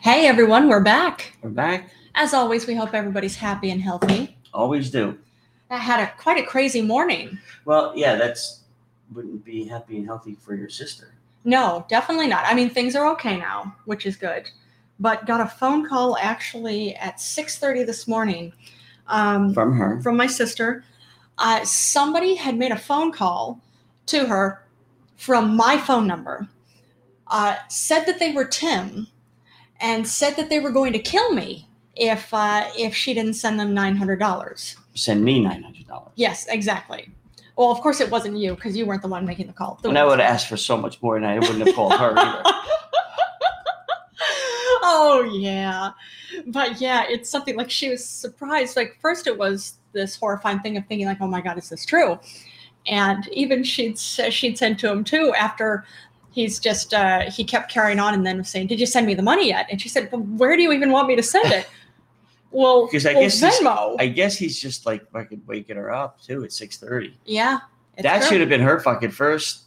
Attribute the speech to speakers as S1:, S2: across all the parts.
S1: Hey everyone, we're back.
S2: We're back.
S1: As always, we hope everybody's happy and healthy.
S2: Always do.
S1: I had a quite a crazy morning.
S2: Well, yeah, that's wouldn't be happy and healthy for your sister.
S1: No, definitely not. I mean, things are okay now, which is good. But got a phone call actually at 6:30 this morning um,
S2: From her.
S1: from my sister. Uh, somebody had made a phone call to her from my phone number. Uh, said that they were Tim, and said that they were going to kill me if uh, if she didn't send them nine hundred dollars.
S2: Send me nine hundred dollars.
S1: Yes, exactly. Well, of course it wasn't you because you weren't the one making the call. The
S2: And I
S1: one-
S2: would have asked for so much more and I wouldn't have called her either.
S1: oh yeah, but yeah, it's something like she was surprised. Like first, it was this horrifying thing of thinking like, "Oh my God, is this true?" And even she'd sa- she'd sent to him too after he's just uh, he kept carrying on and then saying, "Did you send me the money yet?" And she said, well, "Where do you even want me to send it?" well,
S2: 'Cause I
S1: well,
S2: guess this-
S1: Venmo.
S2: I guess he's just like fucking waking her up too at six thirty.
S1: yeah, it's
S2: That
S1: true.
S2: should have been her fucking first,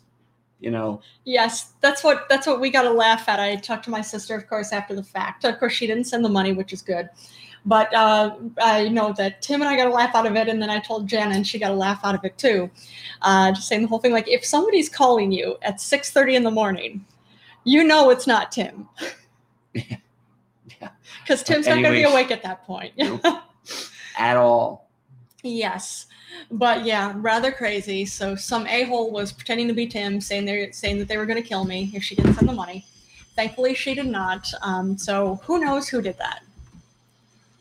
S2: you know.
S1: Yes, that's what that's what we got to laugh at. I talked to my sister, of course, after the fact. Of course, she didn't send the money, which is good. But uh, I know that Tim and I got a laugh out of it, and then I told Jen, and she got a laugh out of it too. Uh, just saying the whole thing, like if somebody's calling you at six thirty in the morning, you know it's not Tim.
S2: Yeah.
S1: Because Tim's not going to be
S2: Anyways.
S1: awake at that point.
S2: Nope. at all.
S1: Yes, but yeah, rather crazy. So some a hole was pretending to be Tim, saying they saying that they were going to kill me if she didn't send the money. Thankfully, she did not. Um, so who knows who did that?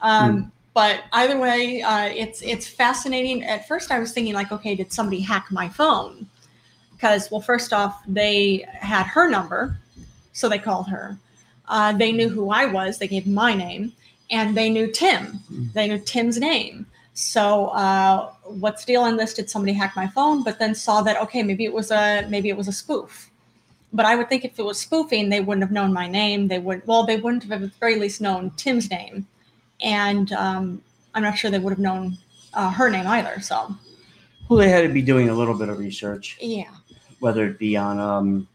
S1: Um, But either way, uh, it's it's fascinating. At first, I was thinking like, okay, did somebody hack my phone? Because well, first off, they had her number, so they called her. Uh, they knew who I was. They gave my name, and they knew Tim.
S2: Mm.
S1: They knew Tim's name. So uh, what's the deal on this? Did somebody hack my phone? But then saw that okay, maybe it was a maybe it was a spoof. But I would think if it was spoofing, they wouldn't have known my name. They would well, they wouldn't have at the very least known Tim's name, and um, I'm not sure they would have known uh, her name either. So
S2: Well, they had to be doing a little bit of research,
S1: yeah,
S2: whether it be on um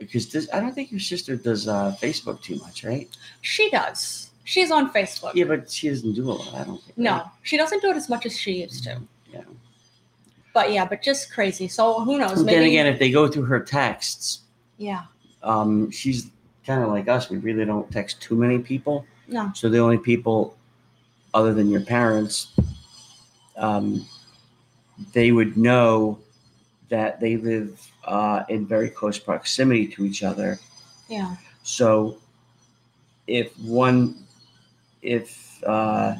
S2: because this I don't think your sister does uh Facebook too much, right?
S1: she does. She's on Facebook.
S2: Yeah, but she doesn't do a lot, I don't think. right?
S1: No, she doesn't do it as much as she used to.
S2: Yeah.
S1: But yeah, but just crazy. So who knows?
S2: But then again, if they go through her texts,
S1: yeah,
S2: um, she's kind of like us. We really don't text too many people.
S1: no,
S2: So the only people, other than your parents, um, they would know that they live uh, in very close proximity to each other.
S1: yeah,
S2: So if one, if uh,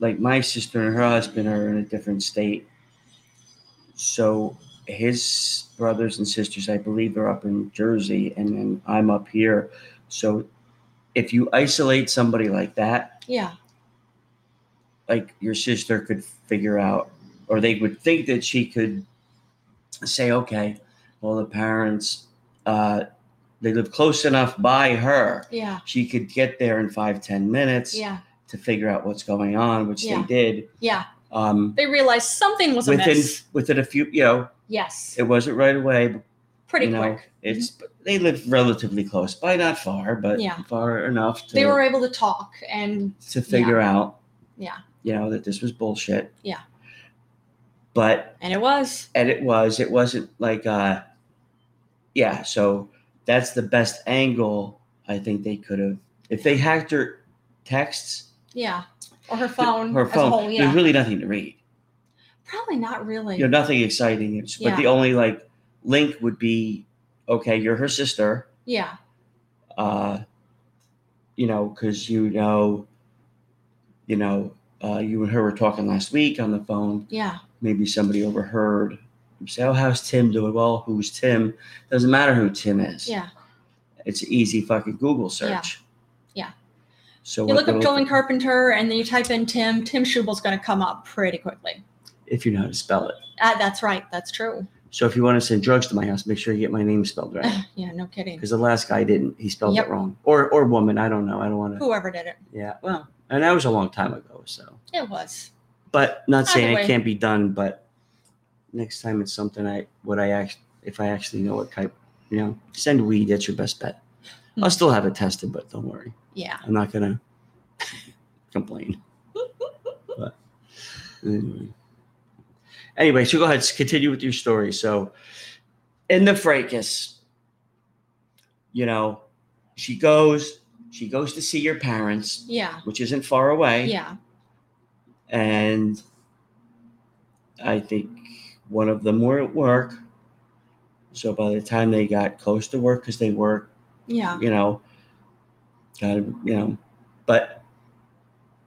S2: like my sister and her husband are in a different state, so his brothers and sisters, I believe, are up in Jersey, and then I'm up here. So if you isolate somebody like that,
S1: yeah,
S2: like your sister could figure out, or they would think that she could say, okay, well, the parents, uh, they live close enough by her
S1: yeah,
S2: she could get there in five ten minutes
S1: yeah,
S2: to figure out what's going on which
S1: Yeah.
S2: they did
S1: yeah.
S2: um,
S1: They realized something was
S2: within
S1: amiss.
S2: within a few you know
S1: Yes,
S2: it wasn't right away but,
S1: pretty
S2: you know
S1: quick. Mm-hmm.
S2: it's they live relatively close by not far but
S1: Yeah.
S2: far enough to,
S1: they were able to talk and
S2: to figure out
S1: Yeah.
S2: you know that this was bullshit
S1: Yeah.
S2: but
S1: and it was
S2: and it was it wasn't like uh yeah so that's the best angle i think they could have if they hacked her texts
S1: yeah or her phone
S2: her
S1: as a
S2: phone.
S1: whole yeah
S2: There's really nothing to read.
S1: probably not really
S2: You know, nothing exciting. It's- But
S1: Yeah.
S2: the only like link would be, okay, you're her sister.
S1: yeah
S2: Uh, you know, because you know, you know, uh, you and her were talking last week on the phone.
S1: yeah
S2: Maybe somebody overheard. You Say, oh, how's Tim doing? Well, who's Tim? Doesn't matter who Tim is.
S1: yeah
S2: It's an easy fucking Google search.
S1: Yeah.
S2: So
S1: you
S2: what
S1: look up
S2: they're
S1: Joel and
S2: looking-
S1: Carpenter and then you type in Tim Tim Schubel's going to come up pretty quickly
S2: if you know how to spell it.
S1: uh, that's right that's true
S2: So if you want to send drugs to my house, make sure you get my name spelled right.
S1: yeah no kidding
S2: because the last guy didn't. He spelled
S1: Yep.
S2: it wrong, or or woman. I don't know. I don't want to.
S1: whoever did it
S2: Yeah. Well, and that was a long time ago. So,
S1: it was
S2: but not saying
S1: Either way.
S2: it can't be done. But next time it's something I what I act if I actually know what type. You know, send weed. That's your best bet.
S1: Hmm.
S2: I'll still have it tested, but don't worry.
S1: Yeah.
S2: I'm not gonna complain. but anyway. anyway, so go ahead, s- continue with your story. So, in the fracas, you know, she goes, she goes to see your parents,
S1: Yeah.
S2: which isn't far away,
S1: Yeah.
S2: and I think one of them were at work. So by the time they got close to work, because they work
S1: Yeah.
S2: you know, got you know, but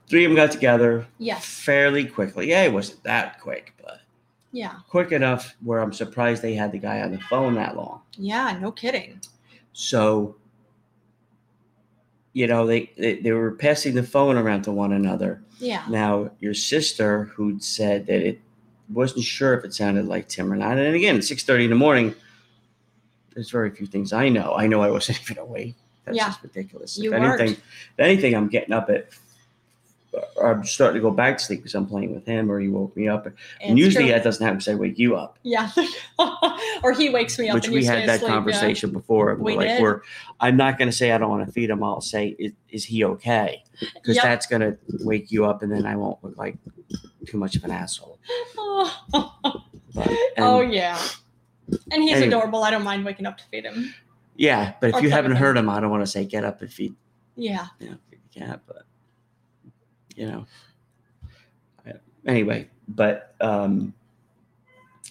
S2: three of them got together
S1: Yes.
S2: fairly quickly. Yeah, it wasn't that quick, but
S1: Yeah.
S2: quick enough where I'm surprised they had the guy on the phone that long.
S1: Yeah. No kidding.
S2: So, you know, they they, they were passing the phone around to one another.
S1: Yeah.
S2: Now, your sister, who'd said that it wasn't sure if it sounded like Tim or not, and again, six thirty in the morning. There's very few things I know. I know I wasn't even awake. That's
S1: Yeah.
S2: just ridiculous.
S1: You
S2: if
S1: weren't.
S2: anything, if anything, I'm getting up at. I'm starting to go back to sleep because I'm playing with him, or he woke me up. and
S1: It's
S2: usually
S1: true.
S2: that doesn't happen. 'cause I wake you up,
S1: yeah. or he wakes me up
S2: which
S1: and
S2: we
S1: you
S2: had
S1: stay
S2: that
S1: asleep, yeah.
S2: conversation before. and
S1: We
S2: we're like,
S1: did.
S2: we're. I'm not going to say I don't want to feed him. I'll say, is, is he okay? Because
S1: Yep.
S2: that's going to wake you up, and then I won't look like too much of an asshole. But, and-
S1: oh yeah. And he's
S2: Anyway.
S1: adorable. I don't mind waking up to feed him.
S2: Yeah, but
S1: Or
S2: if you
S1: play
S2: haven't
S1: with
S2: heard him, I don't want to say get up and feed.
S1: Yeah.
S2: You know, feed the cat, but you know. I- Anyway, but um,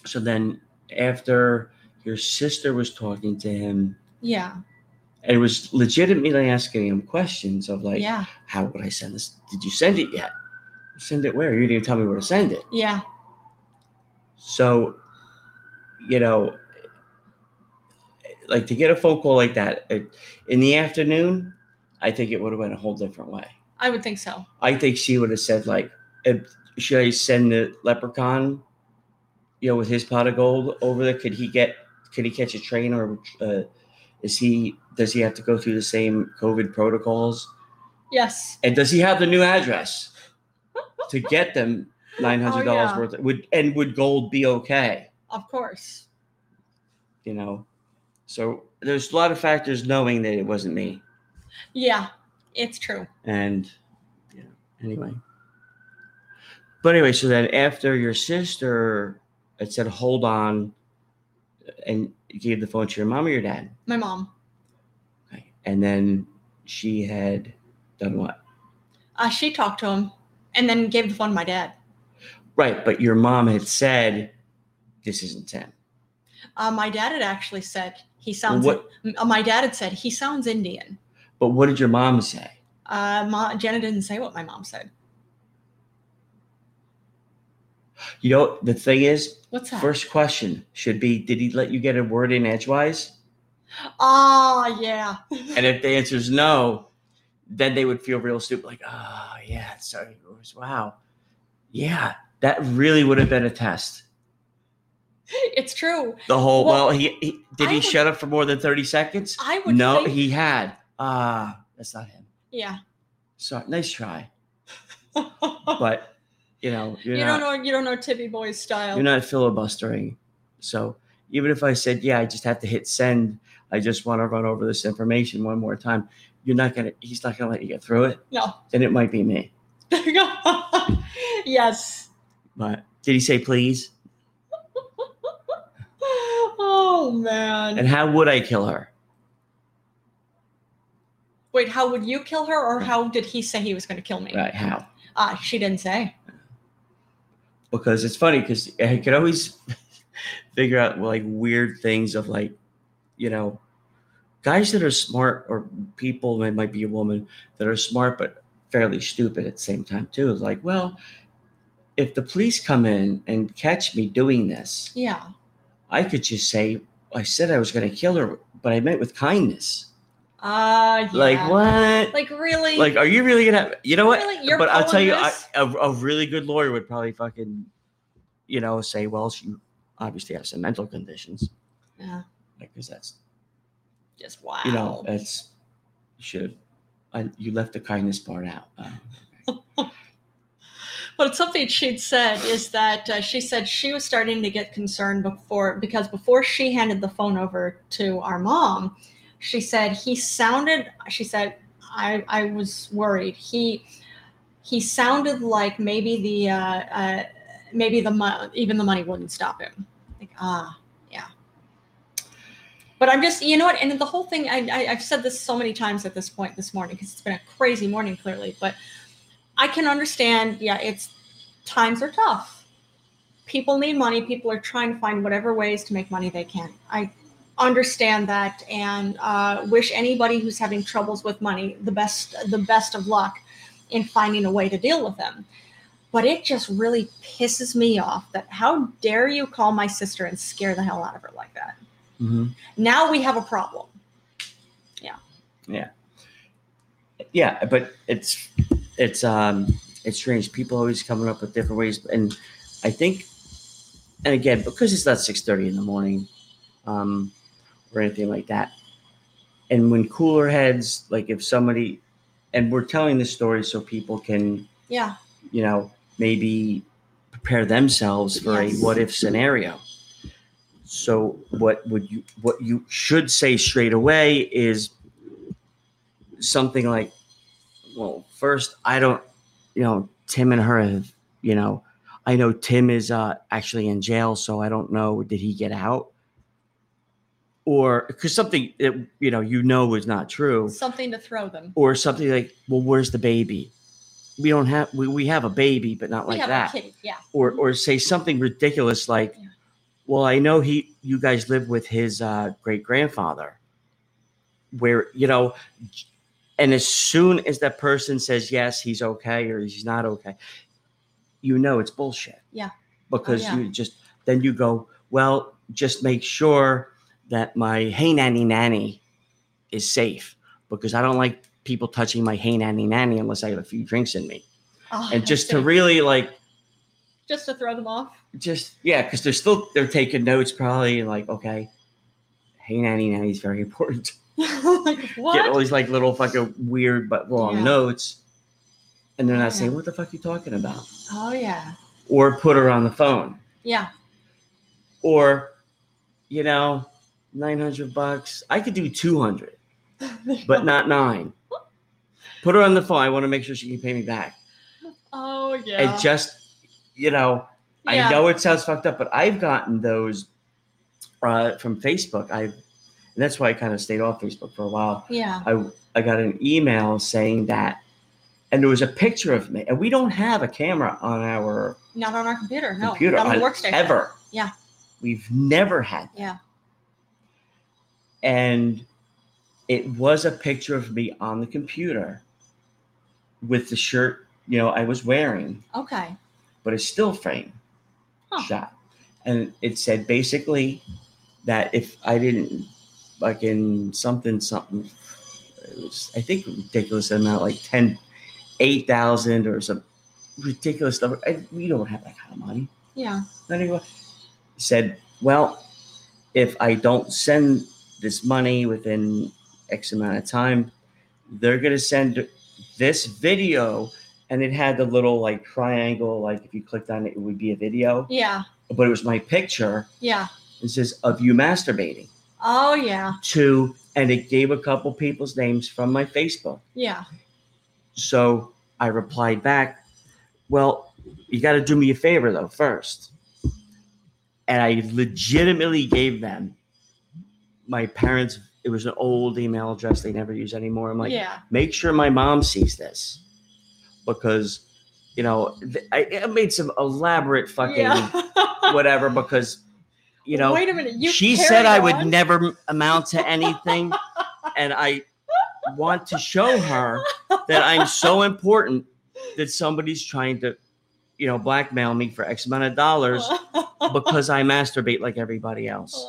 S2: so then after your sister was talking to him,
S1: Yeah.
S2: and was legitimately asking him questions of like,
S1: yeah.
S2: how would I send this? Did you send it yet? Send it where? You didn't even tell me where to send it.
S1: Yeah.
S2: So, you know, like to get a phone call like that uh, in the afternoon, I think it would have went a whole different way.
S1: I would think so.
S2: I think she would have said like, uh, "Should I send the leprechaun, you know, with his pot of gold over there? Could he get? Could he catch a train, or uh, is he? Does he have to go through the same COVID protocols?
S1: Yes.
S2: And does he have the new address to get them nine hundred dollars
S1: yeah.
S2: worth? Would and would gold be okay?
S1: Of course.
S2: you know. So there's a lot of factors knowing that it wasn't me.
S1: Yeah. It's true.
S2: And you know, anyway. But anyway, so then after your sister had said, hold on, and gave the phone to your mom or your dad.
S1: My mom.
S2: And then she had done what?
S1: Uh, she talked to him and then gave the phone to my dad.
S2: Right, but your mom had said, this isn't Tim.
S1: Uh, my dad had actually said he sounds.
S2: what-
S1: m- uh, my dad had said he sounds Indian.
S2: But what did your mom say?
S1: Uh, Ma, Jenna didn't say what my mom said.
S2: You know, the thing is,
S1: What's that?
S2: first question should be, did he let you get a word in edgewise?
S1: Ah, yeah.
S2: And if the answer is no, then they would feel real stupid, like, oh yeah, sorry, yours. Wow. Yeah, that really would have been a test.
S1: it's true.
S2: The whole well,
S1: Well,
S2: he, he did
S1: I
S2: he
S1: would-
S2: shut up for more than 30 seconds?
S1: I would.
S2: No,
S1: think-
S2: he had. Ah, that's not him.
S1: yeah.
S2: Sorry, nice try.
S1: you
S2: But you know, you're
S1: don't
S2: not
S1: know. You don't know Tibby Boy's style.
S2: you're not filibustering. So even if I said, yeah, I just have to hit send, I just want to run over this information one more time, you're not gonna he's not gonna let you get through it.
S1: No.
S2: Then it might be me.
S1: There you go. yes.
S2: But did he say please?
S1: Oh man.
S2: And how would I kill her?
S1: Wait, how would you kill her, or how did he say he was going to kill me?
S2: Right. How?
S1: Ah, she didn't say.
S2: Because it's funny because I could always figure out like weird things of like, you know, guys that are smart or people, it might be a woman that are smart but fairly stupid at the same time too. It's like, well, if the police come in and catch me doing this,
S1: Yeah.
S2: I could just say I said I was going to kill her, but I meant with kindness.
S1: Ah, yeah.
S2: Like what?
S1: Like really?
S2: Like, are you really gonna? You know what?
S1: Really? You're
S2: but I'll tell
S1: pulling
S2: you, I,
S1: this?
S2: a, a really good lawyer would probably fucking, you know, say, well, she obviously has some mental conditions.
S1: Yeah.
S2: Like, because that's,
S1: Just wow.
S2: you know, that's, you should have, I, you left the kindness part out. Uh,
S1: But something she'd said is that uh, she said she was starting to get concerned before because before she handed the phone over to our mom, She said he sounded. She said I I was worried. He he sounded like maybe the uh, uh, maybe the mo- even the money wouldn't stop him. Like ah yeah. But I'm just you know what, and the whole thing I, I I've said this so many times at this point this morning because it's been a crazy morning clearly, but I can understand. Yeah, it's times are tough. People need money. People are trying to find whatever ways to make money they can. I understand that and uh, wish anybody who's having troubles with money the best the best of luck in finding a way to deal with them. But it just really pisses me off that how dare you call my sister and scare the hell out of her like that.
S2: Mm-hmm.
S1: Now we have a problem.
S2: yeah but it's it's um it's strange people always coming up with different ways and i think and again because it's not 6.30 in the morning um or anything like that and when cooler heads like if somebody and we're telling this story so people can
S1: Yeah.
S2: you know maybe prepare themselves for
S1: Yes.
S2: a what if scenario so what would you what you should say straight away is something like well first i don't you know tim and her have you know i know tim is uh actually in jail so i don't know did he get out or because something that you know you know is not true
S1: Something to throw them.
S2: or something like, well, where's the baby? We don't have we, we have a baby, but not
S1: we
S2: like
S1: have
S2: that.
S1: a kid. Yeah.
S2: Or or say something ridiculous like,
S1: Mm-hmm. Yeah.
S2: well, I know he you guys live with his uh, great grandfather, where you know, j- and as soon as that person says yes, he's okay or he's not okay, you know it's bullshit.
S1: Yeah. Oh,
S2: Because
S1: yeah.
S2: you just then you go well, just make sure that my hey nanny nanny is safe because I don't like people touching my hey nanny nanny unless I have a few drinks in me.
S1: Oh,
S2: And just to
S1: okay.
S2: really like
S1: just to throw them off.
S2: just yeah, because they're still they're taking notes probably and like, okay, hey nanny nanny is very important.
S1: like what?
S2: Get all these like little fucking weird but long
S1: Yeah.
S2: notes. And they're not
S1: Yeah.
S2: saying, What the fuck you talking about?
S1: oh yeah.
S2: Or put her on the phone.
S1: Yeah.
S2: Or, you know, nine hundred bucks. I could do two hundred. but not nine. Put her on the phone. I want to make sure she can pay me back.
S1: oh yeah.
S2: And just, you know,
S1: Yeah.
S2: I know it sounds fucked up, but I've gotten those uh, from Facebook. I, and that's why I kind of stayed off Facebook for a while.
S1: Yeah.
S2: I I got an email saying that, and there was a picture of me, and we don't have a camera on our
S1: Not on our computer. No.
S2: computer
S1: not on the
S2: on-
S1: workstation.
S2: ever.
S1: Yeah.
S2: We've never had.
S1: Yeah.
S2: that. And it was a picture of me on the computer with the shirt, you know, I was wearing,
S1: Okay.
S2: but a still frame
S1: Huh.
S2: shot. And it said basically that if I didn't like in something something it was I think ridiculous amount like 10 8,000 or some ridiculous number. I, we don't have that kind of money
S1: Yeah.
S2: not even- said, Well, if I don't send this money within X amount of time, they're going to send this video. And it had the little like triangle, like if you clicked on it, it would be a video,
S1: Yeah.
S2: but it was my picture.
S1: Yeah.
S2: It says, Of you masturbating
S1: Oh yeah.
S2: to, and it gave a couple people's names from my Facebook.
S1: Yeah.
S2: So I replied back, Well, you got to do me a favor though first. And I legitimately gave them my parents, it was an old email address they never use anymore. I'm like,
S1: yeah.
S2: Make sure my mom sees this because, you know, th- I, I made some elaborate fucking
S1: yeah.
S2: whatever because, you know,
S1: Wait a minute. You
S2: she
S1: carried
S2: said I would
S1: on?
S2: never amount to anything, and I want to show her that I'm so important that somebody's trying to, you know, blackmail me for X amount of dollars because I masturbate like everybody else.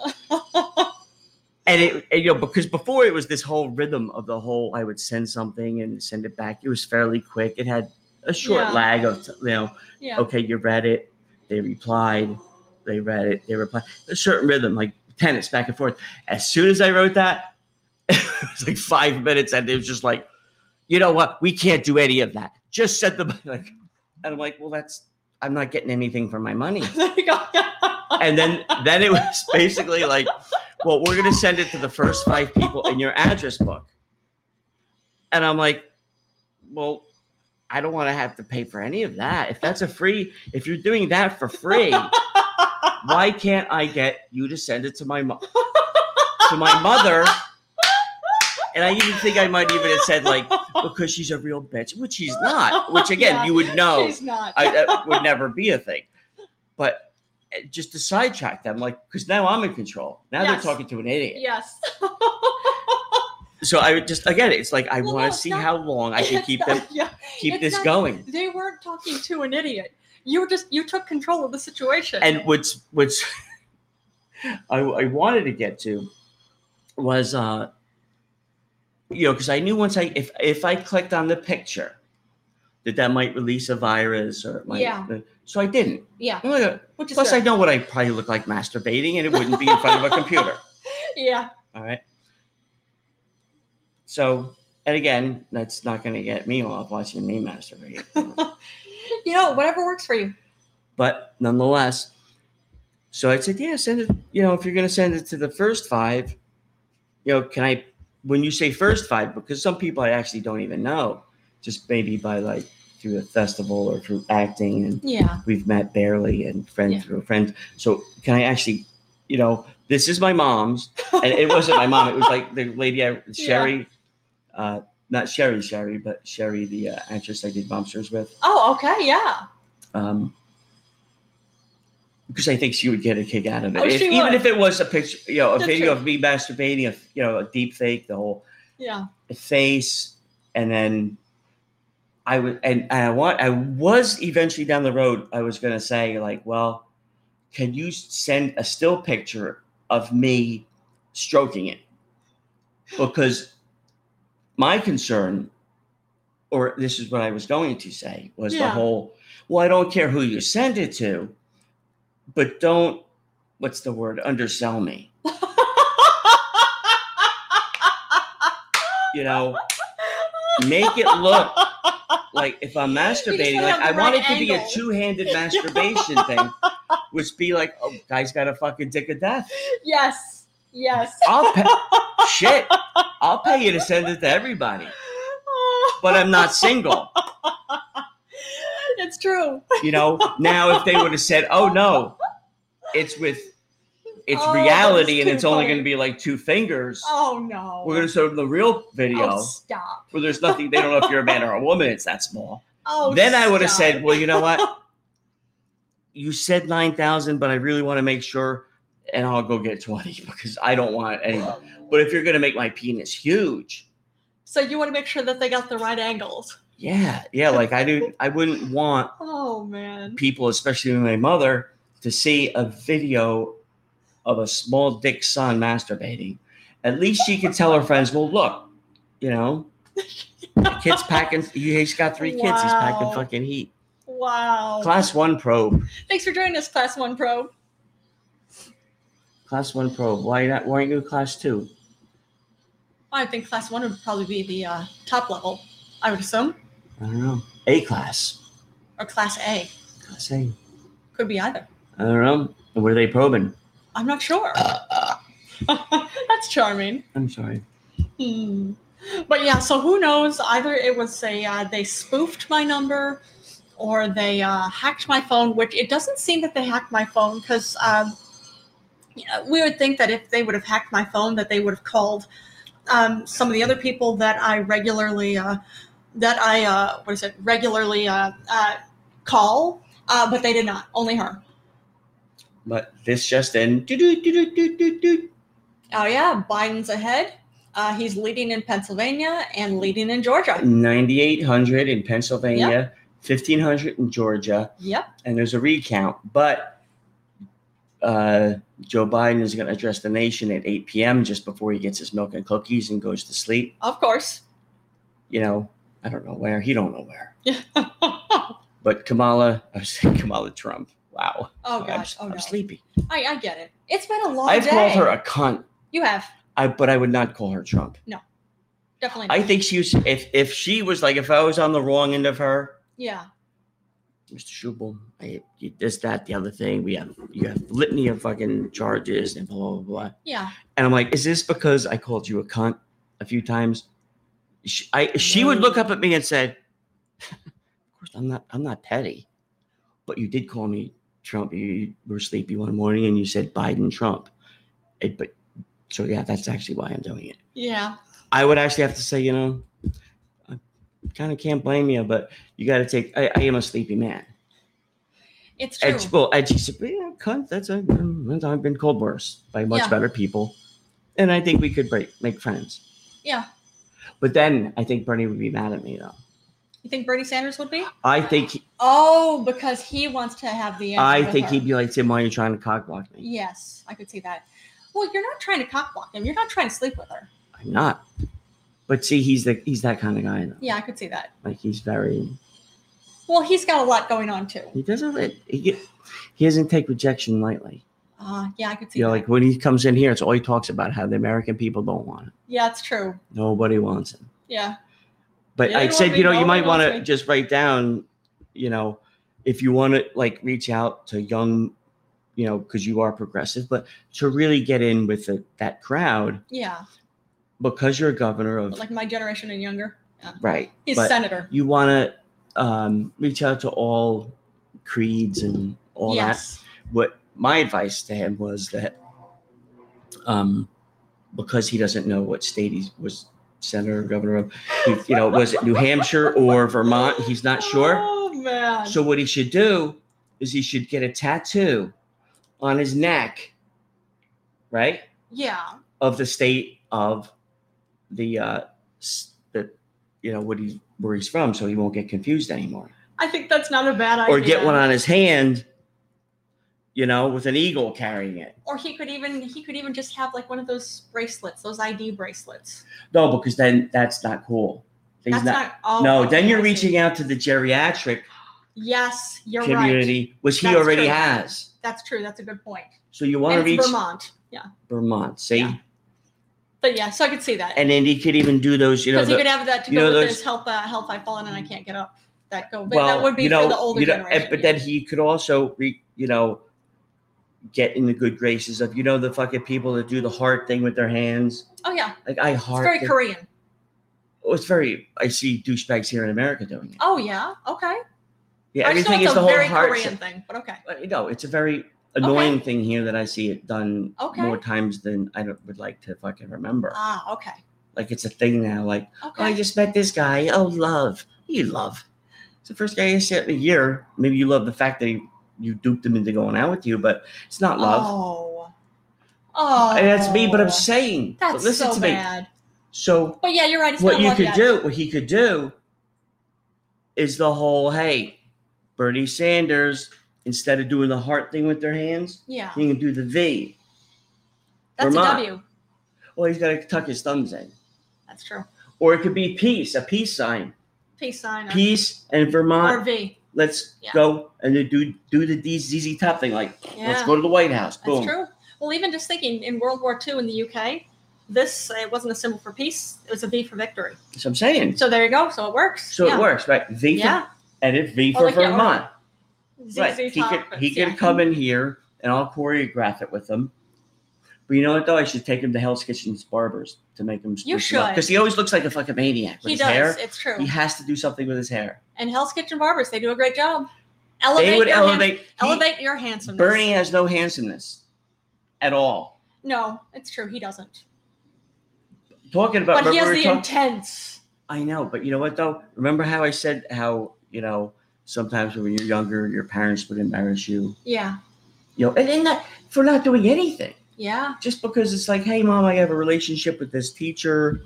S2: And it, and, you know, because before it was this whole rhythm of the whole, I would send something and send it back. It was fairly quick. It had a short
S1: Yeah.
S2: lag of, you know,
S1: yeah.
S2: okay, you read it. They replied. They read it. They replied. A certain rhythm, like tennis, back and forth. As soon as I wrote that, it was like five minutes, and it was just like, you know what? We can't do any of that. Just send them like, and I'm like, well, that's I'm not getting anything for my money.
S1: There you go.
S2: And then then it was basically like, well, we're going to send it to the first five people in your address book. And I'm like, well, I don't want to have to pay for any of that. If that's a free, if you're doing that for free, why can't I get you to send it to my mom, to my mother? And I even think I might even have said like because she's a real bitch, which she's not. Which again,
S1: Yeah,
S2: you would know
S1: She's not.
S2: I, that would never be a thing. But uh, just to sidetrack them, like, because now I'm in control. Now
S1: Yes.
S2: they're talking to an idiot.
S1: yes.
S2: So I would just again, it's like I
S1: Well, no,
S2: want to
S1: it's
S2: see
S1: not-
S2: how long I can
S1: It's
S2: keep
S1: not-
S2: them
S1: Yeah.
S2: keep
S1: It's
S2: this
S1: not-
S2: going.
S1: They weren't talking to an idiot. You were just you took control of the situation.
S2: And what's what's I, I wanted to get to was uh you know because I knew once I if if I clicked on the picture that that might release a virus or it might uh,
S1: Yeah.
S2: so I didn't.
S1: yeah,
S2: I'm like, uh,
S1: which is
S2: Plus, I
S1: good.
S2: know what I probably look like masturbating, and it wouldn't be in front of a computer.
S1: yeah,
S2: All right. So, and again, that's not going to get me off watching me masturbate.
S1: you know whatever works for you.
S2: but nonetheless, so I said, yeah, send it. You know, if you're going to send it to the first five, you know, can I? When you say first five, because some people I actually don't even know, just maybe by like through a festival or through acting and
S1: Yeah,
S2: we've met barely and friend
S1: Yeah.
S2: through friend. So can I actually, you know, this is my mom's, and it wasn't my mom. It was like the lady I Sherry, uh, not Sherry, Sherry, but Sherry, the uh, actress I did bumpsters with.
S1: Oh, okay, yeah.
S2: Um, because I think she would get a kick out of it,
S1: Oh,
S2: If-
S1: she
S2: even
S1: would.
S2: if it was a picture, you know, a
S1: That's
S2: video
S1: true.
S2: of me masturbating, a you know, a deep fake, the whole
S1: Yeah.
S2: face and then i would and, and i want i was eventually down the road i was going to say like well can you send a still picture of me stroking it because my concern or this is what i was going to say was the
S1: Yeah.
S2: whole well i don't care who you send it to but don't what's the word undersell me you know make it look like if I'm
S1: You
S2: masturbating,
S1: just
S2: like I
S1: have the
S2: want it
S1: right
S2: to be a
S1: angle.
S2: two-handed masturbation thing, which be like, oh, guy's got a fucking dick of death.
S1: yes, yes.
S2: I'll pay, shit, I'll pay you to send it to everybody, but I'm not single.
S1: it's true.
S2: You know, now if they would have said, oh no, it's with, it's
S1: Oh, that's
S2: reality, and
S1: too
S2: it's only
S1: funny.
S2: going to be like two fingers.
S1: Oh no.
S2: We're going to show them the real video
S1: Oh, stop.
S2: where there's nothing. They don't know if you're a man or a woman. It's that small.
S1: Oh.
S2: then I would have
S1: stop.
S2: said, well, you know what? you said 9,000, but I really want to make sure, and I'll go get 20 because I don't want any. But if you're going to make my penis huge,
S1: So you want to make sure that they got the right angles.
S2: yeah, yeah, like I do, I wouldn't want
S1: Oh man.
S2: people, especially my mother, to see a video of a small dick son masturbating. At least she could tell her friends, well, look, you know, the kid's packing, he- he's got three kids, he's packing
S1: Wow.
S2: fucking heat.
S1: Wow.
S2: Class one probe.
S1: Thanks for joining us, Class One Pro.
S2: Class one probe. Why not? Why aren't you class two?
S1: I think Class One would probably be the uh, top level, I would assume,
S2: I don't know. A class.
S1: or Class A.
S2: Class A.
S1: Could be either.
S2: I don't know. And Were they probing?
S1: I'm not sure. That's charming.
S2: I'm sorry.
S1: Hmm. But yeah, so who knows? Either it was a uh, they spoofed my number, or they uh, hacked my phone. Which it doesn't seem that they hacked my phone because um, you know, we would think that if they would have hacked my phone, that they would have called um, some of the other people that I regularly uh, that I uh, what is it regularly uh, uh, call, uh, but they did not. Only her.
S2: But this just in. doo-doo-doo-doo-doo-doo-doo.
S1: Oh yeah, Biden's ahead. Uh, he's leading in Pennsylvania and leading in Georgia.
S2: 9,800 in Pennsylvania, 1,500 in Georgia,
S1: Yep.
S2: and there's a recount. But uh, Joe Biden is going to address the nation at 8 p.m. just before he gets his milk and cookies and goes to sleep.
S1: Of course.
S2: You know, I don't know where. He don't know where.
S1: oh
S2: But Kamala, I was saying Kamala Trump. Wow.
S1: gosh. oh
S2: I'm, I'm
S1: no.
S2: sleepy.
S1: I, I get it. It's been a long
S2: I've
S1: day.
S2: called her a cunt.
S1: You have
S2: I but I would not call her Trump.
S1: definitely.
S2: I
S1: not.
S2: think she was if if she was like if I was on the wrong end of her,
S1: yeah.
S2: Mr. Schubel, I, you- this, that, the other thing. We have you have litany of fucking charges and blah blah blah. blah.
S1: Yeah.
S2: And I'm like, is this because I called you a cunt a few times? She, I she would look up at me and said, "Of course, I'm not. I'm not petty, but you did call me Trump. You, you were sleepy one morning and you said Biden Trump. It, but so yeah, that's actually why I'm doing it.
S1: Yeah.
S2: I would actually have to say, you know, I kind of can't blame you, but you got to take. I, I am a sleepy man.
S1: It's true.
S2: And she, well, and she said, "But, yeah, cunt, that's I've been, I've been called worse by much
S1: Yeah.
S2: better people. And I think we could break, make friends.
S1: yeah.
S2: But then I think Bernie would be mad at me, though.
S1: You think Bernie Sanders would be?
S2: I think he-
S1: Oh, because he wants to have the. answer
S2: I
S1: with
S2: think
S1: her.
S2: he'd be like, Tim, why are you trying to cockblock me?
S1: Yes, I could see that. Well, you're not trying to cockblock him. You're not trying to sleep with her.
S2: I'm not. But see, he's the he's that kind of guy, though.
S1: Yeah, I could see that.
S2: Like he's very
S1: Well, he's got a lot going on too.
S2: he doesn't let he get, he doesn't take rejection lightly.
S1: Uh, yeah, I could see
S2: You know,
S1: that.
S2: like when he comes in here, it's all he talks about how the American people don't want him.
S1: yeah, it's true.
S2: Nobody wants him.
S1: Yeah.
S2: But
S1: Yeah,
S2: I
S1: you know
S2: said,
S1: what,
S2: you know, you
S1: nobody
S2: might want
S1: wants
S2: to
S1: me.
S2: just write down, you know, if you want to like reach out to young, you know, because you are progressive, but to really get in with the, that crowd
S1: Yeah.
S2: because you're a governor of
S1: Like my generation and younger.
S2: right.
S1: He's
S2: but
S1: senator.
S2: you want to um, reach out to all creeds and all that.
S1: yes.
S2: What my advice to him was that, um, because he doesn't know what state he was senator or governor of, he, you know, was it New Hampshire or Vermont? He's not sure.
S1: Oh man.
S2: So what he should do is he should get a tattoo on his neck, right,
S1: yeah.
S2: of the state of the uh s- the you know what he's where he's from, so he won't get confused anymore.
S1: I think that's not a bad idea.
S2: Or get one on his hand, you know, with an eagle carrying it.
S1: Or he could even he could even just have like one of those bracelets, those ID bracelets.
S2: No, because then that's not cool. He's
S1: that's
S2: not.
S1: not, oh,
S2: no, then you're
S1: I see.
S2: reaching out to the geriatric
S1: Yes, you're right.
S2: community, which he
S1: That's
S2: already
S1: true.
S2: has.
S1: That's true. That's a good point.
S2: So you want
S1: And
S2: to
S1: it's
S2: reach Vermont.
S1: Vermont. Yeah.
S2: see,
S1: Yeah. But yeah, so I could see that.
S2: and then he could even do those. You know,
S1: Because
S2: the,
S1: you could have that to
S2: you
S1: go
S2: know
S1: with
S2: those-
S1: his help, uh, help I've fallen and I can't get up. That go, but
S2: well,
S1: that would be
S2: you know,
S1: for the older
S2: you know, and-
S1: generation.
S2: But then he could also, re, you know, get in the good graces of you know the fucking people that do the heart thing with their hands.
S1: oh yeah,
S2: Like I
S1: it's
S2: heart.
S1: very
S2: the-
S1: Korean.
S2: oh, it's very. I see douchebags here in America doing it.
S1: Oh yeah, okay.
S2: Yeah,
S1: I just know
S2: everything
S1: it's
S2: is
S1: a
S2: the whole
S1: very
S2: heart.
S1: Korean thing, but okay.
S2: Uh, No, it's a very annoying thing here that I see it done
S1: Okay.
S2: more times than I don't, would like to fucking remember.
S1: Ah, okay,
S2: like it's a thing now. Like oh, I
S1: okay.
S2: just met this guy. Oh, love. You love. It's the first guy you see in a year. Maybe you love the fact that he, you duped him into going out with you, but it's not love.
S1: Oh, oh,
S2: And that's me, but I'm saying, but
S1: that's
S2: listen
S1: so
S2: to me.
S1: bad.
S2: So
S1: But yeah, you're right. It's
S2: what
S1: not
S2: you
S1: love
S2: could
S1: yet.
S2: do, what he could do is the whole, hey, Bernie Sanders, instead of doing the heart thing with their hands,
S1: Yeah,
S2: he can do the V.
S1: that's
S2: Vermont.
S1: a W.
S2: Well, he's got to tuck his thumbs in.
S1: That's true.
S2: Or it could be peace, a peace sign.
S1: Peace sign. or-
S2: Peace and
S1: Or
S2: Vermont
S1: V.
S2: let's
S1: Yeah.
S2: go and then do do the D- ZZ Top thing. Like, let's
S1: Yeah.
S2: go to the White House.
S1: That's
S2: Boom.
S1: true. Well, even just thinking in World War II in the UK, this uh, it wasn't a symbol for peace; it was a V for victory.
S2: So I'm saying.
S1: So there you go. So it works.
S2: So
S1: yeah.
S2: it works, right? V for,
S1: Yeah.
S2: and if V
S1: Or
S2: for
S1: like, yeah, or-
S2: Vermont,
S1: ZZ
S2: right? He could
S1: Top,
S2: he
S1: yeah.
S2: could come in here and I'll choreograph it with him. But you know what though? I should take him to Hell's Kitchen's barbers to make him.
S1: You should.
S2: because he always looks like a fucking maniac with
S1: He
S2: his
S1: does.
S2: hair.
S1: It's true.
S2: He has to do something with his hair.
S1: And Hell's Kitchen Barbers, they do a great job. Elevate
S2: they would
S1: your hand-
S2: elevate. he-
S1: elevate your handsomeness.
S2: Bernie has no handsomeness at all.
S1: No, it's true. He doesn't.
S2: Talking about,
S1: But, he
S2: remember
S1: has
S2: we were
S1: the
S2: talking-
S1: intense.
S2: I know, but you know what though? Remember how I said how you know sometimes when you're younger, your parents would embarrass you,
S1: Yeah.
S2: you know, and then not for not doing anything,
S1: Yeah.
S2: just because it's like, hey, mom, I have a relationship with this teacher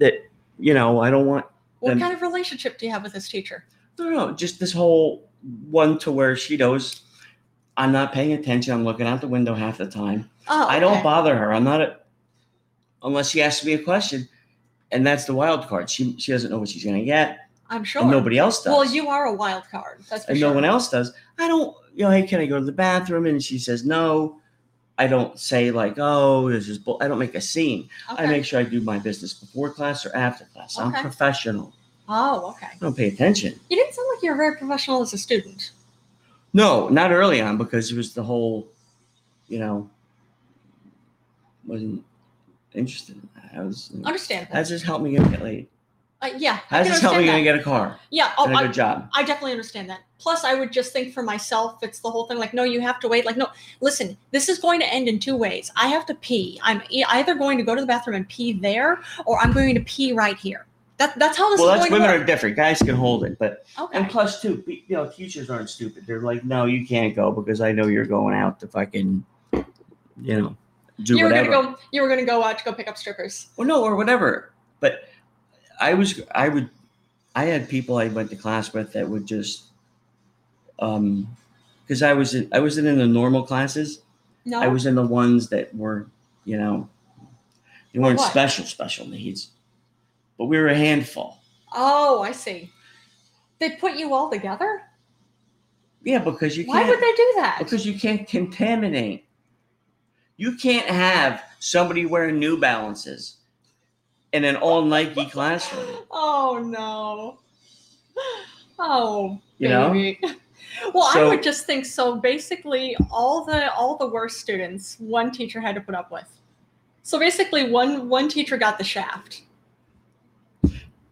S2: that you know I don't want.
S1: What
S2: Then-
S1: kind of relationship do you have with this teacher?
S2: No, no, just this whole one to where she knows I'm not paying attention. I'm looking out the window half the time.
S1: Oh,
S2: I don't
S1: okay.
S2: bother her. I'm not a, unless she asks me a question, and that's the wild card. She she doesn't know what she's gonna get,
S1: I'm sure.
S2: and nobody else does.
S1: well, you are a wild card. That's for
S2: and
S1: sure.
S2: no one else does. I don't, you know, hey, can I go to the bathroom? And she says no. I don't say like, oh, this is. Bull. I don't make a scene.
S1: Okay.
S2: I make sure I do my business before class or after class. I'm
S1: Okay.
S2: professional.
S1: Oh, okay.
S2: I don't pay attention.
S1: You didn't sound like you were very professional as a student.
S2: No, not early on because it was the whole, you know, wasn't interested. I was.
S1: Understandable.
S2: How's this help me get laid?
S1: Uh, yeah. I
S2: How's
S1: can
S2: this help me
S1: understand
S2: gonna
S1: that.
S2: get a car
S1: Yeah. Oh,
S2: and a
S1: I,
S2: good job?
S1: I definitely understand that. Plus, I would just think for myself, it's the whole thing. Like, no, you have to wait. Like, no, listen, this is going to end in two ways. I have to pee. I'm e- either going to go to the bathroom and pee there, or I'm going to pee right here. That, that's how this
S2: Well,
S1: is
S2: that's
S1: going
S2: women
S1: to
S2: are
S1: work.
S2: different. Guys can hold it, but and
S1: okay.
S2: plus too, pe- you know, teachers aren't stupid. They're like, no, you can't go because I know you're going out to fucking, you know, do
S1: You were
S2: whatever.
S1: gonna go. You were gonna go out to go pick up strippers.
S2: Well, no, or whatever. But I was, I would, I had people I went to class with that would just, um, because I was, in, I wasn't in the normal classes.
S1: No.
S2: I was in the ones that were, you know, they weren't
S1: what?
S2: special special needs, but we were a handful.
S1: oh, I see. They put you all together.
S2: Yeah, because you
S1: Why
S2: can't.
S1: would they do that?
S2: Because you can't contaminate. You can't have somebody wearing New Balances in an all Nike classroom.
S1: Oh no. Oh,
S2: You know?
S1: baby. Well, I
S2: So-
S1: would just think so. Basically, all the all the worst students, one teacher had to put up with. So basically, one one teacher got the shaft.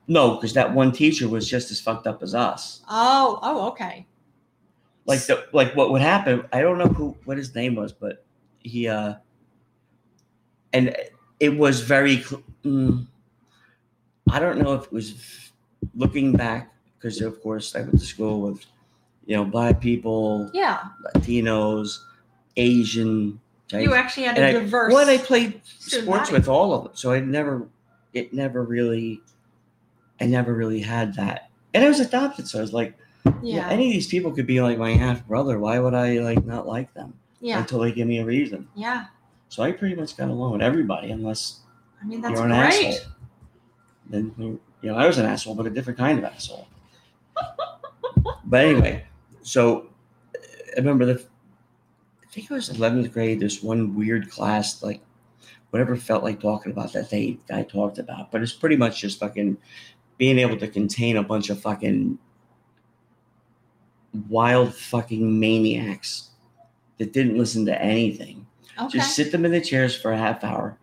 S2: No, because that one teacher was just as fucked up as us.
S1: Oh, oh, okay.
S2: Like the like what would happen? I don't know who what his name was, but he uh, and it was very. cl- Mm, I don't know if it was looking back because of course I went to school with, you know, black people,
S1: Yeah,
S2: Latinos, Asian.
S1: you actually had a
S2: and I-
S1: diverse.
S2: Well, and I played
S1: student
S2: sports
S1: body.
S2: with all of them, so I never, it never really, I never really had that. And I was adopted, so I was like, yeah,
S1: yeah,
S2: any of these people could be like my half brother. Why would I like not like them
S1: yeah,
S2: until they give me a reason?
S1: yeah.
S2: So I pretty much got along with everybody, unless
S1: I mean, that's
S2: you're an
S1: great.
S2: asshole. Then you know I was an asshole, but a different kind of asshole. but anyway, so I remember the I think it was eleventh grade. There's one weird class like whatever felt like talking about that they I talked about, but it's pretty much just fucking being able to contain a bunch of fucking wild fucking maniacs that didn't listen to anything.
S1: Okay,
S2: Just sit them in the chairs for a half hour.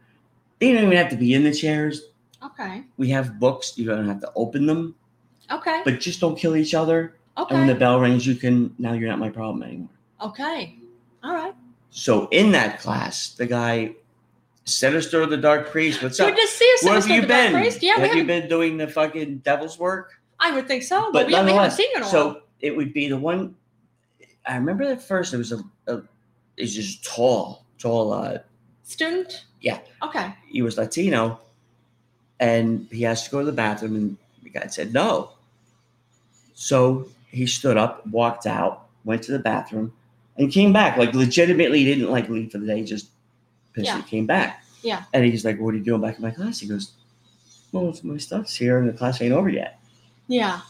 S2: They don't even have to be in the chairs.
S1: okay,
S2: We have books. You don't have to open them,
S1: okay,
S2: but just don't kill each other. And when
S1: okay,
S2: the bell rings, you can. Now you're not my problem anymore.
S1: okay. All right.
S2: So in that class, the guy, Sinister of the Dark Priest, what's
S1: Good
S2: up?
S1: to see you,
S2: Where have
S1: Sinister
S2: you
S1: the Dark
S2: been?
S1: Priest. Yeah, we
S2: have you
S1: haven't,
S2: been doing the fucking devil's work?
S1: I would think so, but,
S2: But
S1: we haven't- we haven't
S2: nonetheless,
S1: seen you in a while.
S2: so it would be the one. I remember at first it was a, a it's just tall, tall uh,
S1: Student?
S2: Yeah.
S1: Okay.
S2: he was Latino, and he asked to go to the bathroom, and the guy said no. So he stood up, walked out, went to the bathroom, and came back. Like legitimately didn't like leave for the day, just pissed
S1: Yeah.
S2: and came back.
S1: Yeah.
S2: And he's like, What are you doing back in my class? He goes, Well, it's- my stuff's here and the class ain't over yet.
S1: Yeah.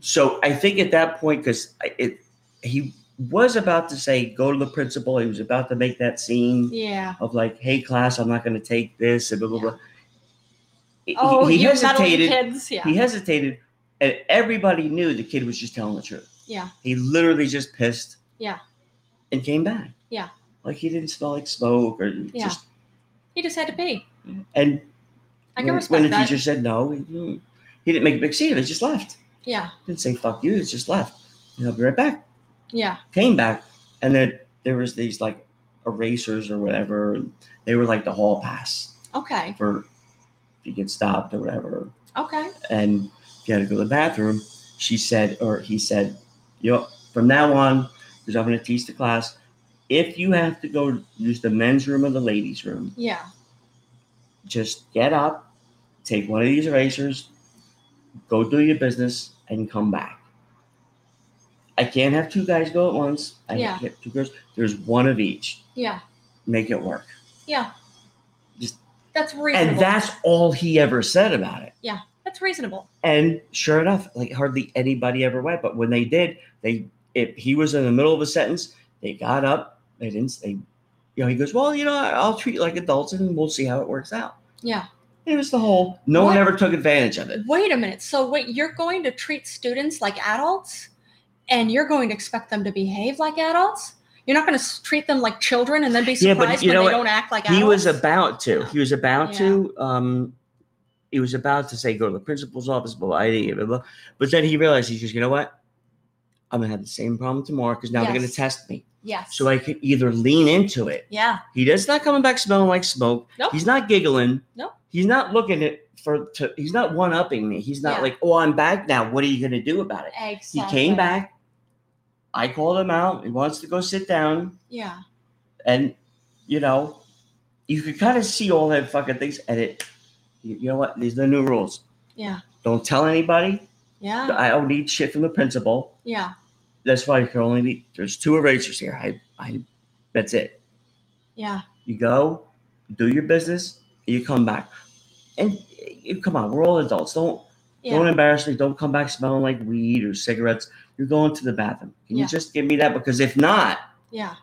S2: So I think at that point, because it he was about to say go to the principal, he was about to make that scene
S1: Yeah.
S2: of like, hey class, I'm not going to take this, and blah blah blah. He-
S1: Oh,
S2: he,
S1: you meddling
S2: hesitated.
S1: kids. Yeah.
S2: He hesitated, and everybody knew the kid was just telling the truth.
S1: Yeah.
S2: He literally just pissed.
S1: Yeah.
S2: And came back.
S1: Yeah.
S2: Like he didn't smell like smoke or
S1: Yeah.
S2: just
S1: He just had to pee.
S2: and
S1: I can
S2: when,
S1: respect
S2: when the
S1: that.
S2: teacher said no, he, mm, he didn't make a big scene. He just left.
S1: Yeah.
S2: Didn't say fuck you. He just left. And I'll be right back.
S1: Yeah.
S2: Came back, and then there was these like erasers or whatever. And they were like the hall pass.
S1: Okay.
S2: for if you get stopped or whatever.
S1: Okay.
S2: And if you had to go to the bathroom, she said, or he said, you know, from now on, because I'm going to teach the class, if you have to go use the men's room or the ladies' room,
S1: Yeah.
S2: just get up, take one of these erasers, go do your business, and come back. I can't have two guys go at once. I
S1: Yeah.
S2: can't have two girls. There's one of each.
S1: Yeah.
S2: Make it work.
S1: Yeah.
S2: Just-
S1: that's reasonable.
S2: And that's all he ever said about it.
S1: that's reasonable.
S2: And sure enough, like hardly anybody ever went. But when they did, they if he was in the middle of a sentence, they got up. They didn't. They, you know, he goes, well, you know, I'll treat you like adults, and we'll see how it works out.
S1: Yeah.
S2: It was the whole. No one
S1: What?
S2: ever took advantage of it.
S1: Wait a minute. So wait, you're going to treat students like adults, and you're going to expect them to behave like adults. You're not going to treat them like children and then be
S2: Yeah, but
S1: surprised
S2: you
S1: when
S2: know
S1: they
S2: what?
S1: don't act like
S2: He
S1: adults.
S2: was about to. He was about
S1: Yeah.
S2: to. Um, he was about to say go to the principal's office, blah blah blah, blah, blah. But then he realized he's just you know what? I'm gonna have the same problem tomorrow because now they're gonna
S1: Yes.
S2: test me.
S1: yes.
S2: So I could either lean into it.
S1: yeah.
S2: He does not coming back smelling like smoke.
S1: Nope.
S2: He's not giggling.
S1: Nope.
S2: He's not looking at for to, he's not one upping me. He's not
S1: Yeah.
S2: like, oh, I'm back now. What are you gonna do about it? He
S1: Exactly.
S2: came back. I called him out. He wants to go sit down
S1: Yeah.
S2: and you know, you could kind of see all that fucking things. And it, you, you know what? These are the new rules.
S1: Yeah.
S2: Don't tell anybody.
S1: Yeah.
S2: I don't need shit from the principal.
S1: Yeah.
S2: That's why you can only be. There's two erasers here. I, I, that's it.
S1: Yeah.
S2: You go, do your business, and you come back. And you, come on, we're all adults. Don't don't
S1: Yeah.
S2: embarrass me. Don't come back smelling like weed or cigarettes. You're going to the bathroom. Can
S1: Yeah.
S2: you just give me that? Because if not,
S1: Yeah.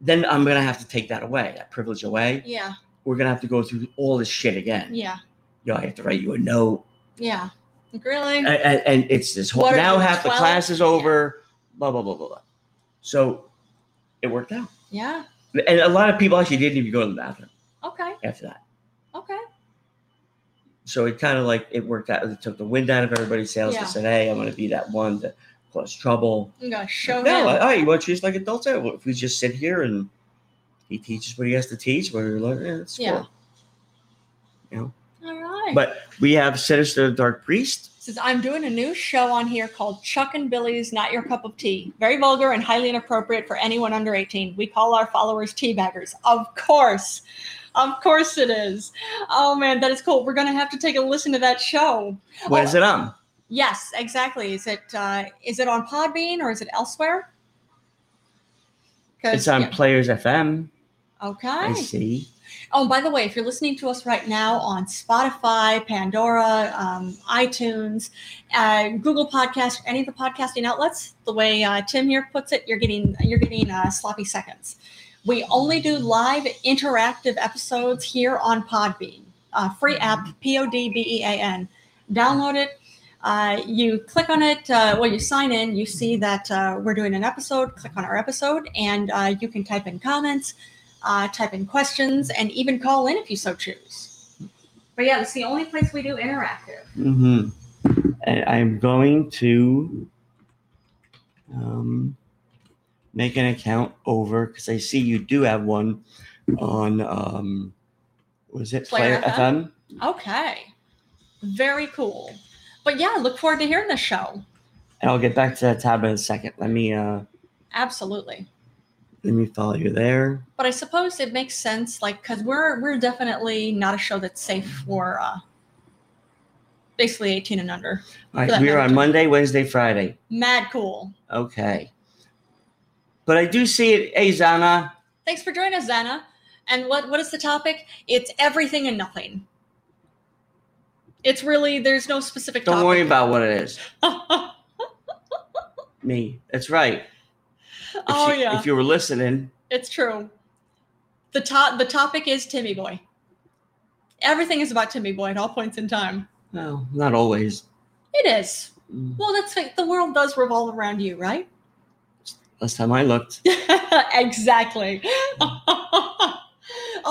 S2: then I'm gonna have to take that away, that privilege away.
S1: Yeah.
S2: we're gonna have to go through all this shit again.
S1: Yeah.
S2: You know, I have to write you a note,
S1: Yeah. Like, Really?
S2: and, and, and it's this whole
S1: What are
S2: now
S1: you,
S2: half the
S1: 12?
S2: class is over, blah blah blah blah blah. So it worked out,
S1: yeah.
S2: and a lot of people actually didn't even go to the bathroom
S1: Okay.
S2: after that.
S1: Okay.
S2: So it kind of like it worked out. It took the wind out of everybody's sails.
S1: Yeah.
S2: and said, "Hey, I'm gonna be that one that cause trouble."
S1: I'm gonna show
S2: no,
S1: him.
S2: like, oh, you want to treat us like adults? eh? Well, if we just sit here and he teaches what he has to teach, we're like, eh, that's
S1: Yeah.
S2: cool.
S1: All right.
S2: But we have Sinister Dark Priest.
S1: says I'm doing a new show on here called Chuck and Billy's Not Your Cup of Tea. Very vulgar and highly inappropriate for anyone under 18. We call our followers tea baggers. Of course. Of course it is. Oh man, that is cool. We're gonna have to take a listen to that show.
S2: What is it on?
S1: Yes, exactly. Is it uh, is it on Podbean or is it elsewhere? 'Cause-
S2: It's on
S1: uh, yeah.
S2: Players FM. I
S1: Okay.
S2: see.
S1: Oh, and by the way, if you're listening to us right now on Spotify, Pandora, um, iTunes, uh, Google Podcast, any of the podcasting outlets, the way uh, Tim here puts it, you're getting you're getting uh, sloppy seconds. We only do live interactive episodes here on Podbean, uh, free app, P O D B E A N. Download it. Uh, you click on it. Uh, well, you sign in. You see that uh, we're doing an episode. Click on our episode, and uh, you can type in comments uh, type in questions, and even call in if you so choose. But yeah, it's the only place we do interactive.
S2: hmm And I'm going to um, make an account over because I see you do have one on um, was it
S1: Player
S2: Player, FM?
S1: Okay. Very cool. But yeah, look forward to hearing the show.
S2: And I'll get back to that tab in a second. Let me uh,
S1: Absolutely.
S2: let me follow you there.
S1: But I suppose it makes sense, like, because we're we're definitely not a show that's safe for uh, basically 18 and under.
S2: All right,
S1: Good.
S2: we are on Monday, Wednesday, Friday.
S1: Mad cool.
S2: Okay. But I do see it. Hey, Zana.
S1: Thanks for joining us, Zana. And what what is the topic? It's everything and nothing. It's really there's no specific.
S2: Don't worry about what it is.
S1: about.
S2: Me. That's right. If
S1: Oh
S2: you-
S1: yeah,
S2: If you were listening,
S1: it's true. The top the topic is Timmy Boy. Everything is about Timmy Boy at all points in time.
S2: well, not always.
S1: It is.
S2: Mm.
S1: Well, that's like the world does revolve around you, right?
S2: Last time I looked.
S1: exactly. oh,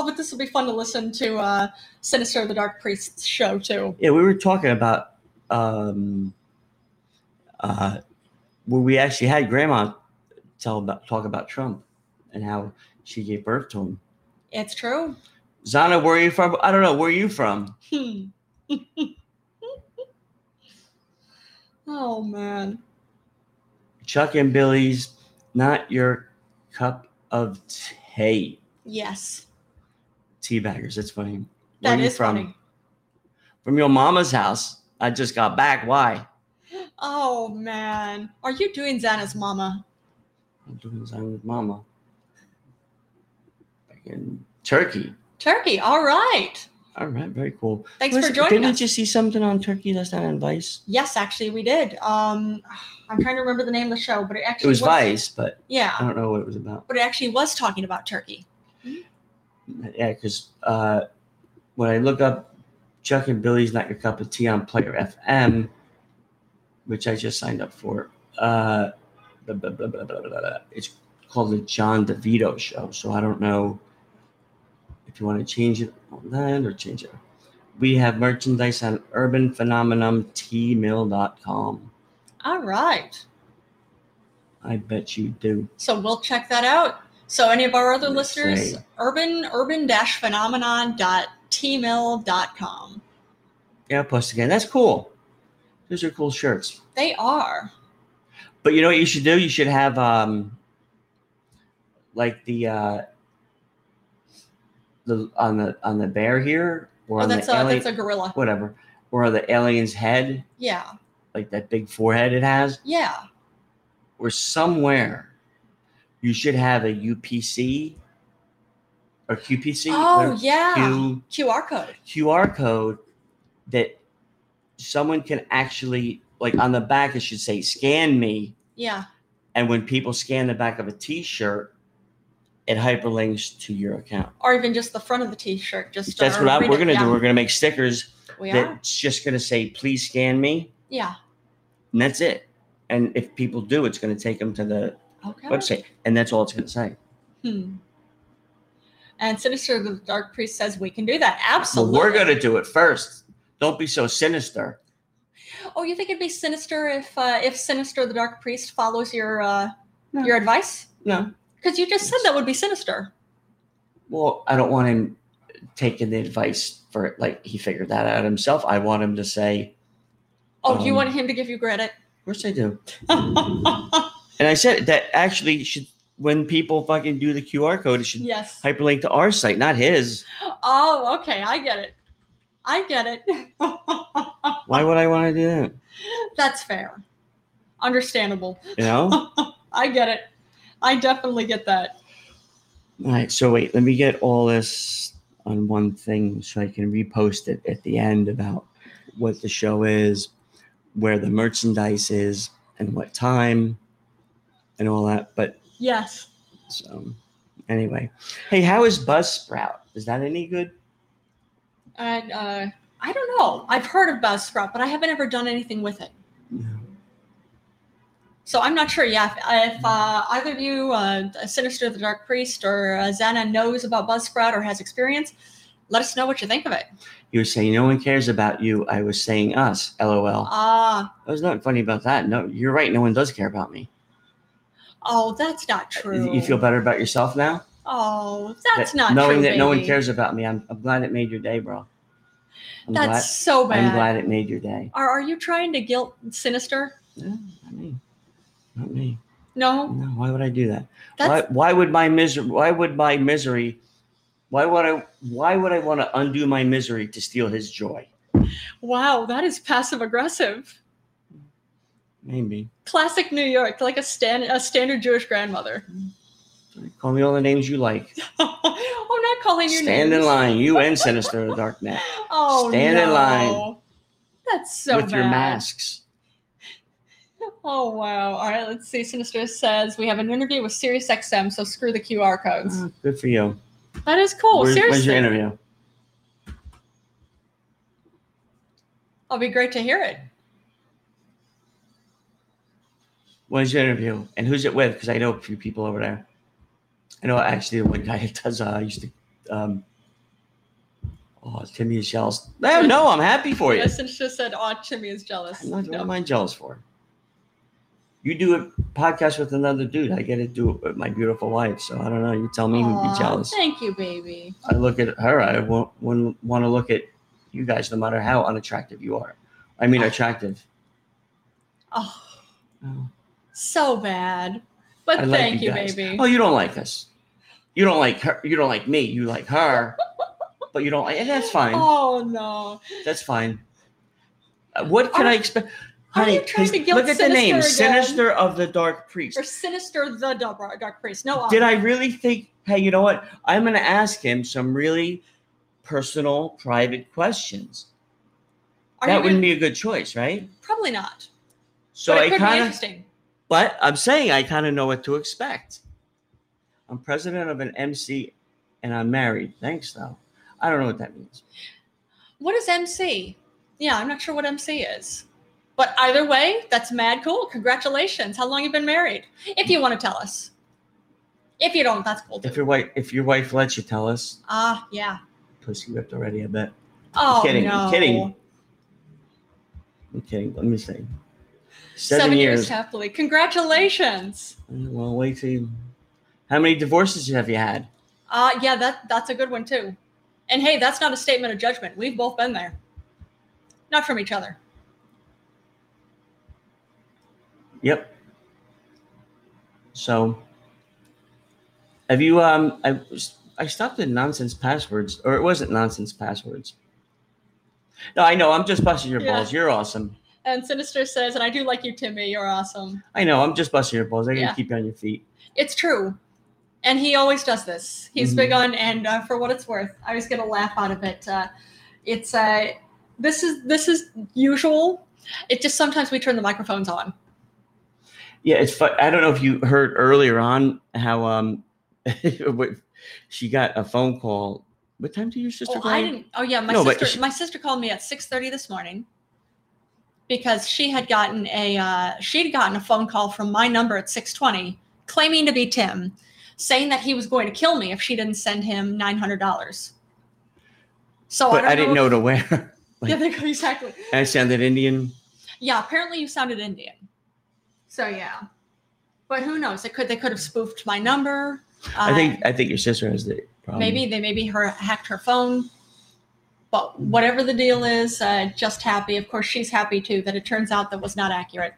S1: but this will be fun to listen to uh, Sinister the Dark Priest's show too.
S2: Yeah, we were talking about um, uh, where we actually had Grandma tell about talk about Trump and how she gave birth to him.
S1: It's true.
S2: Zana, where are you from? I don't know. Where are you from?
S1: Hmm. oh man.
S2: Chuck and Billy's not your cup of tea.
S1: Yes,
S2: Tea baggers. That's funny. Where
S1: that
S2: are you
S1: is
S2: from?
S1: funny.
S2: From your mama's house. I just got back. Why?
S1: Oh man, are you doing Xana's mama?
S2: I'm doing Zana with mama. Back in Turkey.
S1: Turkey. All right.
S2: All right. Very cool.
S1: Thanks
S2: Listen,
S1: for joining
S2: Didn't
S1: us.
S2: you see something on Turkey last night on Vice?
S1: yes, actually, we did. Um, I'm trying to remember the name of the show, but it
S2: It
S1: actually
S2: was Vice, but I
S1: Yeah,
S2: don't know what it was about.
S1: but it actually was talking about Turkey.
S2: Yeah, because uh, when I look up Chuck and Billy's Not Your Cup of Tea on Player FM, which I just signed up for. Uh, blah, blah, blah, blah, blah, blah, blah. It's called the John DeVito Show. So I don't know if you want to change it on that or change it. We have merchandise on urbanphenomenumtmill.com.
S1: All right.
S2: I bet you do.
S1: So we'll check that out. So any of our other
S2: Let's
S1: listeners,
S2: see.
S1: urban urban dash phenomenon dot tmail.com.
S2: Yeah, I'll post again. That's cool. Those are cool shirts.
S1: They are.
S2: But you know what you should do? You should have um like the uh the on the on the bear here or
S1: Oh,
S2: on
S1: that's
S2: the
S1: a
S2: alien
S1: that's a gorilla.
S2: whatever. Or on the alien's head,
S1: Yeah.
S2: like that big forehead it has,
S1: Yeah.
S2: or somewhere you should have a UPC or QPC
S1: Oh
S2: or
S1: yeah.
S2: Q,
S1: QR code.
S2: QR code that someone can actually like on the back it should say scan me
S1: Yeah.
S2: And when people scan the back of a T-shirt, it hyperlinks to your account.
S1: Or even just the front of the t-shirt. Just
S2: That's
S1: or
S2: what I,
S1: read
S2: we're
S1: it.
S2: gonna
S1: Yeah,
S2: do. We're gonna make stickers
S1: We are.
S2: that's just gonna say, "Please scan me,"
S1: Yeah.
S2: and that's it. And if people do, it's gonna take them to the
S1: Okay.
S2: website, and that's all it's gonna say.
S1: Hmm. And Sinister the Dark Priest says we can do that.
S2: Well,
S1: Absolutely.
S2: we're gonna do it first. Don't be so sinister.
S1: Oh, you think it'd be sinister if uh, if Sinister the Dark Priest follows your uh,
S2: No.
S1: your advice?
S2: No.
S1: Because you just said that would be sinister.
S2: Well, I don't want him taking the advice for it. Like he figured that out himself. I want him to say,
S1: Oh, do you
S2: Um,
S1: want him to give you credit?
S2: "Of course I do." And I said that actually should when people fucking do the QR code, it should
S1: yes.
S2: hyperlink to our site, not his.
S1: Oh, okay. I get it. I get it.
S2: Why would I want to do that?
S1: That's fair. Understandable.
S2: You know? All
S1: I get it. I definitely get that.
S2: right. So wait, let me get all this on one thing so I can repost it at the end about what the show is, where the merchandise is, and what time, and all that. But
S1: Yes.
S2: so anyway, hey, how is Buzzsprout? Is that any good?
S1: And uh, I don't know. I've heard of Buzzsprout, but I haven't ever done anything with it.
S2: No.
S1: So I'm not sure. Yeah, if, if uh, either of you, uh, Sinister the Dark Priest or uh, Xana, knows about Buzzsprout or has experience, let us know what you think of it.
S2: You were saying no one cares about you. I was saying us. LOL.
S1: Ah,
S2: There's nothing funny about that. No, you're right. No one does care about me.
S1: oh, that's not true.
S2: You feel better about yourself now?
S1: Oh, that's
S2: That-
S1: not
S2: knowing
S1: true,
S2: that no one
S1: baby.
S2: cares about me. I'm, I'm glad it made your day, bro. I'm
S1: That's
S2: glad,
S1: so bad.
S2: I'm glad it made your day.
S1: Are, are you trying to guilt Sinister?
S2: Yeah, not me. Not me.
S1: No,
S2: No, why would I do that? Why,
S1: that's
S2: why would my misery? Why would my misery? Why would I? Why would I want to undo my misery to steal his joy?
S1: wow. That is passive aggressive.
S2: Maybe.
S1: Classic New York, like a stand a standard Jewish grandmother.
S2: Call me all the names you like.
S1: oh, not calling your
S2: Stand in
S1: names.
S2: line. You and Sinister the Dark Net
S1: Oh,
S2: Stand in
S1: no.
S2: line.
S1: That's so
S2: with your
S1: bad.
S2: masks.
S1: Oh wow! All right, let's see. Sinister says we have an interview with SiriusXM, so screw the QR codes.
S2: Ah, good for you.
S1: that is cool.
S2: Where's- where's your
S1: Oh, Seriously,
S2: interview?
S1: it'll be great to hear it.
S2: When's your interview? And who's it with? Because I know a few people over there. I know actually the one guy that does, uh, I used to, um, oh, Timmy is jealous. No, no, I'm happy for you.
S1: Yes, Sinister said, "Oh, Timmy is jealous."
S2: I'm not, what
S1: No.
S2: am I jealous for? You do a podcast with another dude. I get to do it with my beautiful wife. So I don't know. You tell me who'd
S1: Aw,
S2: be jealous.
S1: Thank you, baby.
S2: I look at her. I won't, wouldn't want to look at you guys, no matter how unattractive you are. I mean, attractive.
S1: Oh,
S2: Oh,
S1: so bad, but
S2: I like
S1: thank you,
S2: guys.
S1: baby.
S2: Oh, you don't like us. You don't like her. You don't like me. You like her, but you don't like. And that's fine.
S1: Oh no!
S2: That's fine. Uh, What can
S1: Are-
S2: I expect?
S1: are
S2: Honey,
S1: you trying to
S2: please-
S1: guilt
S2: look at the name,
S1: Sinister again?
S2: Sinister of the Dark Priest.
S1: Or Sinister the Dark, dark Priest. No,
S2: Did I really think? Hey, you know what? I'm going to ask him some really personal, private questions.
S1: Are
S2: that
S1: you
S2: wouldn't
S1: gonna-
S2: be a good choice, right?
S1: probably not.
S2: So
S1: but it
S2: I
S1: could be
S2: kind of.
S1: interesting.
S2: But I'm saying I kind of know what to expect. I'm president of an MC and I'm married. Thanks, though. I don't know what that means.
S1: What is MC? Yeah, I'm not sure what MC is. But either way, that's mad cool. Congratulations. How long you been married? If you want to tell us. If you don't, that's cool.
S2: If
S1: too.
S2: your wife, if your wife lets you tell us,
S1: Ah, yeah.
S2: pussy whipped already. I bet.
S1: Oh,
S2: kidding,
S1: no.
S2: I'm kidding. I'm kidding. Let me see.
S1: Seven,
S2: Seven,
S1: years.
S2: years.
S1: happily. Congratulations.
S2: Well, wait till. You, how many divorces have you had?
S1: Uh, yeah, that that's a good one too. And hey, that's not a statement of judgment. We've both been there. Not from each other.
S2: Yep. So, have you? Um, I was- I stopped at nonsense passwords, or it wasn't nonsense passwords. No, I know. I'm just busting your
S1: Yeah.
S2: balls. You're awesome.
S1: And Sinister says, and I do like you, Timmy. You're awesome.
S2: I know. I'm just busting your balls. I gotta
S1: Yeah.
S2: keep you on your feet.
S1: It's true. And he always does this. He's
S2: Mhm.
S1: big on, and uh, for what it's worth, I always get a laugh out of it. Uh, it's uh, this is this is usual. It just sometimes we turn the microphones on.
S2: Yeah, it's. Fu- I don't know if you heard earlier on how um, what- she got a phone call. What time did your sister?
S1: Oh,
S2: call
S1: I
S2: you?
S1: didn't. Oh, yeah, my
S2: No, but
S1: sister.
S2: she-
S1: my sister called me at six thirty this morning because she had gotten a uh, she had gotten a phone call from my number at six twenty, claiming to be Tim, saying that he was going to kill me if she didn't send him nine hundred dollars. So I
S2: But
S1: don't
S2: I, didn't
S1: know.
S2: know to wear.
S1: if- yeah, they- exactly.
S2: I sounded Indian.
S1: Yeah, apparently you sounded Indian. So yeah, but who knows? They could they could have spoofed my number.
S2: I
S1: Uh,
S2: think. um, I think your sister has the problem.
S1: maybe they maybe her hacked her phone but whatever the deal is uh, just happy of course she's happy too that it turns out that was not accurate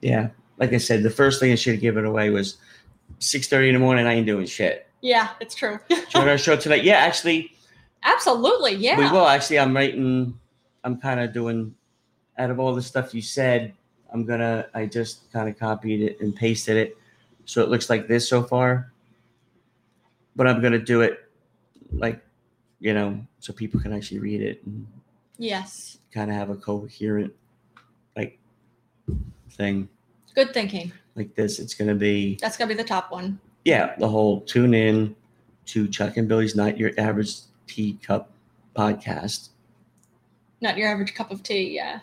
S2: Yeah. Like I said, the first thing I should have given away was 6.30 in the morning. I ain't doing shit.
S1: yeah it's true
S2: Join our show tonight. Yeah, actually,
S1: absolutely yeah
S2: we will. Actually, I'm writing. I'm kind of doing, out of all the stuff you said, I'm going to, I just kind of copied it and pasted it. So it looks like this so far. But I'm going to do it like, you know, so people can actually read it and
S1: yes
S2: kind of have a coherent, like, thing
S1: good thinking
S2: like this. It's going to be.
S1: that's gonna be the top one
S2: yeah, the whole tune in to Chuck and Billy's Not Your Average Teacup podcast.
S1: not your average cup of tea yeah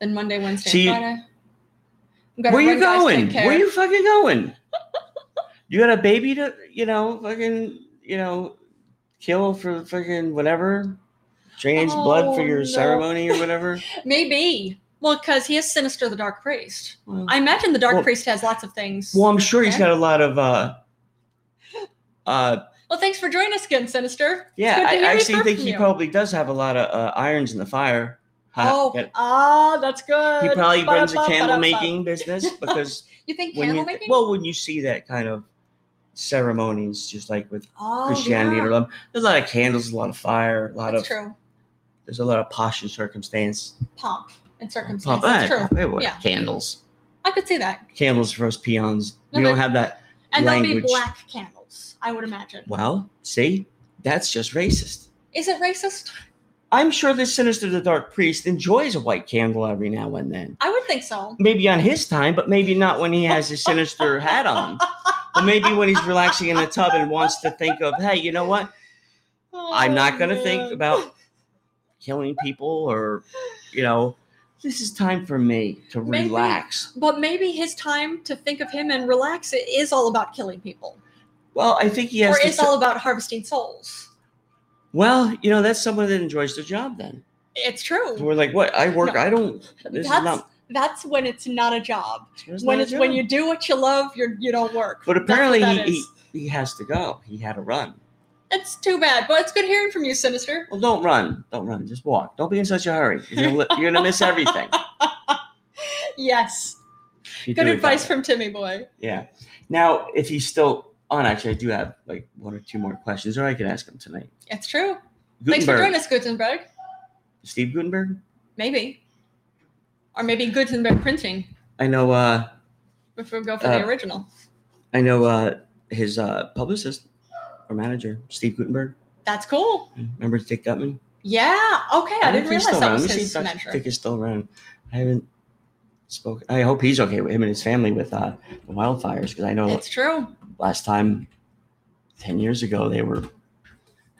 S1: then monday wednesday
S2: See-
S1: friday I'm gonna
S2: Where you
S1: run, guys,
S2: going?
S1: take care.
S2: Where you fucking going? you got a baby to, you know, fucking, you know, kill for fucking whatever, change blood for
S1: Oh,
S2: your
S1: no.
S2: ceremony or whatever.
S1: maybe well because he is sinister the dark priest
S2: Well,
S1: i imagine the dark
S2: Well-
S1: priest has lots of things
S2: well, I'm sure he's
S1: Okay.
S2: got a lot of, uh, uh,
S1: well thanks for joining us again sinister
S2: yeah,
S1: good to
S2: I
S1: hear you
S2: actually
S1: heard
S2: think
S1: from
S2: he
S1: you.
S2: probably does have a lot of uh, irons in the fire. Ha,
S1: oh,
S2: got-
S1: ah, that's good.
S2: he probably runs a candle
S1: Ba-da-ba-ba-da-ba.
S2: making business because
S1: You think
S2: when
S1: candle
S2: you
S1: making?
S2: well when you see that kind of ceremonies just like with
S1: oh,
S2: christianity
S1: yeah.
S2: or them, there's a lot of candles a lot of fire a lot
S1: That's
S2: of
S1: true.
S2: there's a lot of posh and circumstance
S1: Pomp and circumstance.
S2: Pop-
S1: That's
S2: eh,
S1: true.
S2: eh, what-
S1: Yeah.
S2: candles
S1: I could see that.
S2: candles for us peons
S1: No,
S2: we
S1: but-
S2: don't have that
S1: And there'll
S2: Language.
S1: be black candles, I would imagine.
S2: well see that's just racist
S1: Is it racist?
S2: i'm sure this sinister the dark priest enjoys a white candle every now and then
S1: I would think so.
S2: maybe on his time but maybe not when he has his sinister hat on but maybe when he's relaxing in the tub and wants to think of hey you know what I'm
S1: Oh,
S2: not going to think about killing people or, you know, this is time for me to
S1: Maybe-
S2: relax.
S1: But maybe his time to think of him and relax it is all about killing people,
S2: Well, I think he has.
S1: or
S2: to
S1: it's
S2: se-
S1: all about harvesting souls.
S2: well, you know, that's someone that enjoys their job then.
S1: It's true.
S2: We're like, what? I work.
S1: No.
S2: I don't. This
S1: That's
S2: is not.
S1: that's when it's not a job.
S2: This
S1: when
S2: not a
S1: it's when
S2: job.
S1: you do what you love, you you don't work.
S2: But
S1: That's what
S2: apparently
S1: that
S2: he,
S1: is.
S2: he, he has to go. He had to run.
S1: It's too bad, but it's good hearing from you, Sinister.
S2: Well, don't run. Don't run. Just walk. Don't be in such a hurry. You're gonna, li- you're gonna miss everything.
S1: Yes.
S2: if you
S1: Good
S2: do it that
S1: advice
S2: way.
S1: from Timmy Boy.
S2: Yeah. Now, if he's still on, actually, I do have like one or two more questions, or I could ask him tonight.
S1: It's true. Thanks for
S2: Gutenberg.
S1: joining us, Gutenberg.
S2: Steve Gutenberg.
S1: Maybe. Or maybe Gutenberg printing
S2: I know. Uh,
S1: if we go for
S2: Uh,
S1: the original.
S2: I know uh, his uh, publicist or manager, Steve Gutenberg.
S1: That's cool.
S2: Remember Dick Gutman?
S1: Yeah. Okay. I,
S2: don't
S1: didn't
S2: know if he's
S1: realize
S2: still
S1: that
S2: around.
S1: was
S2: Let me see
S1: his
S2: if Dr.
S1: mentor.
S2: Dick is still around. I haven't spoken. I hope he's okay with him and his family with uh, the wildfires because I know
S1: It's true.
S2: last time, ten years ago, they were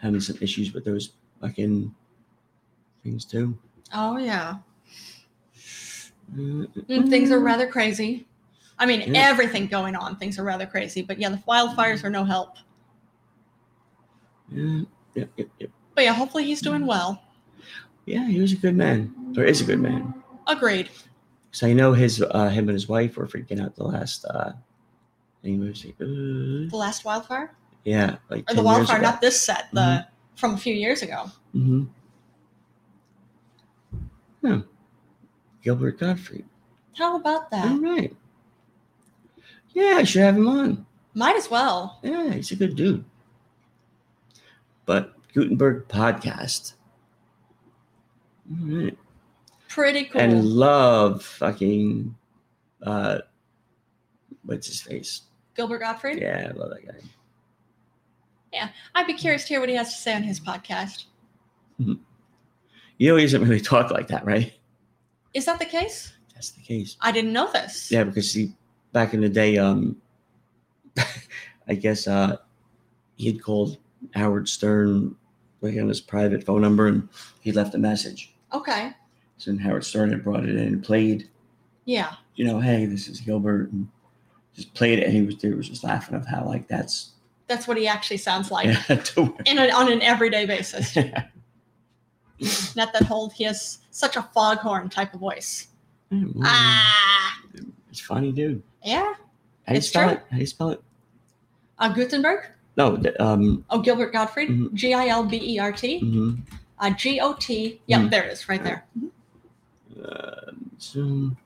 S2: having some issues with those fucking things too.
S1: Oh yeah.
S2: Mm,
S1: Mm, Things are rather crazy. I mean,
S2: Yeah.
S1: everything going on. Things are rather crazy. But yeah, the wildfires are no help.
S2: uh, Yeah, yep, yep, yep.
S1: But yeah, hopefully he's doing
S2: Mm.
S1: well.
S2: yeah, he was a good man, or is a good man.
S1: Agreed.
S2: So I know his, uh, him and his wife were freaking out the last. Uh, he was like, uh,
S1: The last wildfire
S2: yeah, like
S1: or the
S2: 10 years
S1: wildfire,
S2: ago.
S1: not this set, the from a few years ago.
S2: Mm-hmm. Yeah. Gilbert Gottfried.
S1: How about that?
S2: All right. Yeah, I should have him on.
S1: Might as well.
S2: Yeah, he's a good dude. But Gutenberg podcast. All right.
S1: Pretty cool.
S2: And love fucking uh what's his face?
S1: Gilbert Gottfried.
S2: Yeah, I love that guy.
S1: I'd be curious to hear what he has to say on his podcast.
S2: You know he doesn't really talk like that, right?
S1: Is that the case?
S2: That's the case.
S1: I didn't know this.
S2: Yeah, because he back in the day, um, I guess uh, he had called Howard Stern like on his private phone number, and he left a message.
S1: Okay.
S2: So then Howard Stern had brought it in and played.
S1: Yeah.
S2: You know, hey, this is Gilbert, and just played it, and he was dude was just laughing of how like that's
S1: That's what he actually sounds like
S2: yeah, don't worry.
S1: in a, on an everyday basis.
S2: Yeah,
S1: Not that whole he has such a foghorn type of voice.
S2: well,
S1: Ah.
S2: it's funny, dude.
S1: Yeah.
S2: How do you
S1: It's
S2: spell
S1: true.
S2: it? How do you spell it?
S1: Uh, Gutenberg.
S2: No, th- um,
S1: Oh, Gilbert Gottfried.
S2: Mhm.
S1: G I L B E R T.
S2: mhm.
S1: Uh, G O T. Yep,
S2: Mhm.
S1: there it is, right there.
S2: Um, Zoom,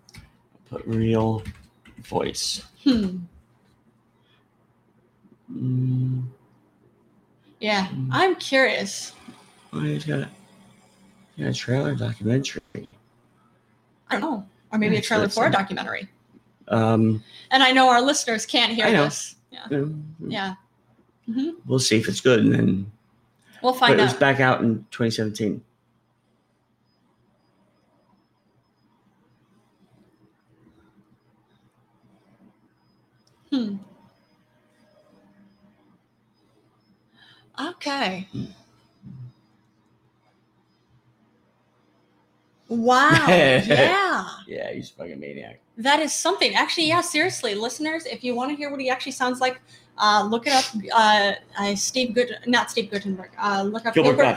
S2: put real voice.
S1: Hmm.
S2: Mm,
S1: Yeah.
S2: Mhm.
S1: I'm curious.
S2: oh, he's got a, he got a trailer documentary.
S1: I don't know. Or maybe
S2: Yeah,
S1: a trailer
S2: that's
S1: for a
S2: it.
S1: documentary.
S2: Um,
S1: And I know our listeners can't hear
S2: I know.
S1: this. Yeah.
S2: yeah.
S1: Yeah. hmm
S2: We'll see if it's good, and then
S1: We'll
S2: but
S1: find
S2: it was
S1: out.
S2: back out in 2017.
S1: Hmm. Okay. Wow. yeah.
S2: Yeah, he's a fucking maniac.
S1: That is something. Actually, yeah, seriously, listeners, if you want to hear what he actually sounds like, uh, look it up. Uh, uh, Steve Good, not Steve Gutenberg. Uh, look up
S2: Gilbert
S1: Gilbert,
S2: Gottfried.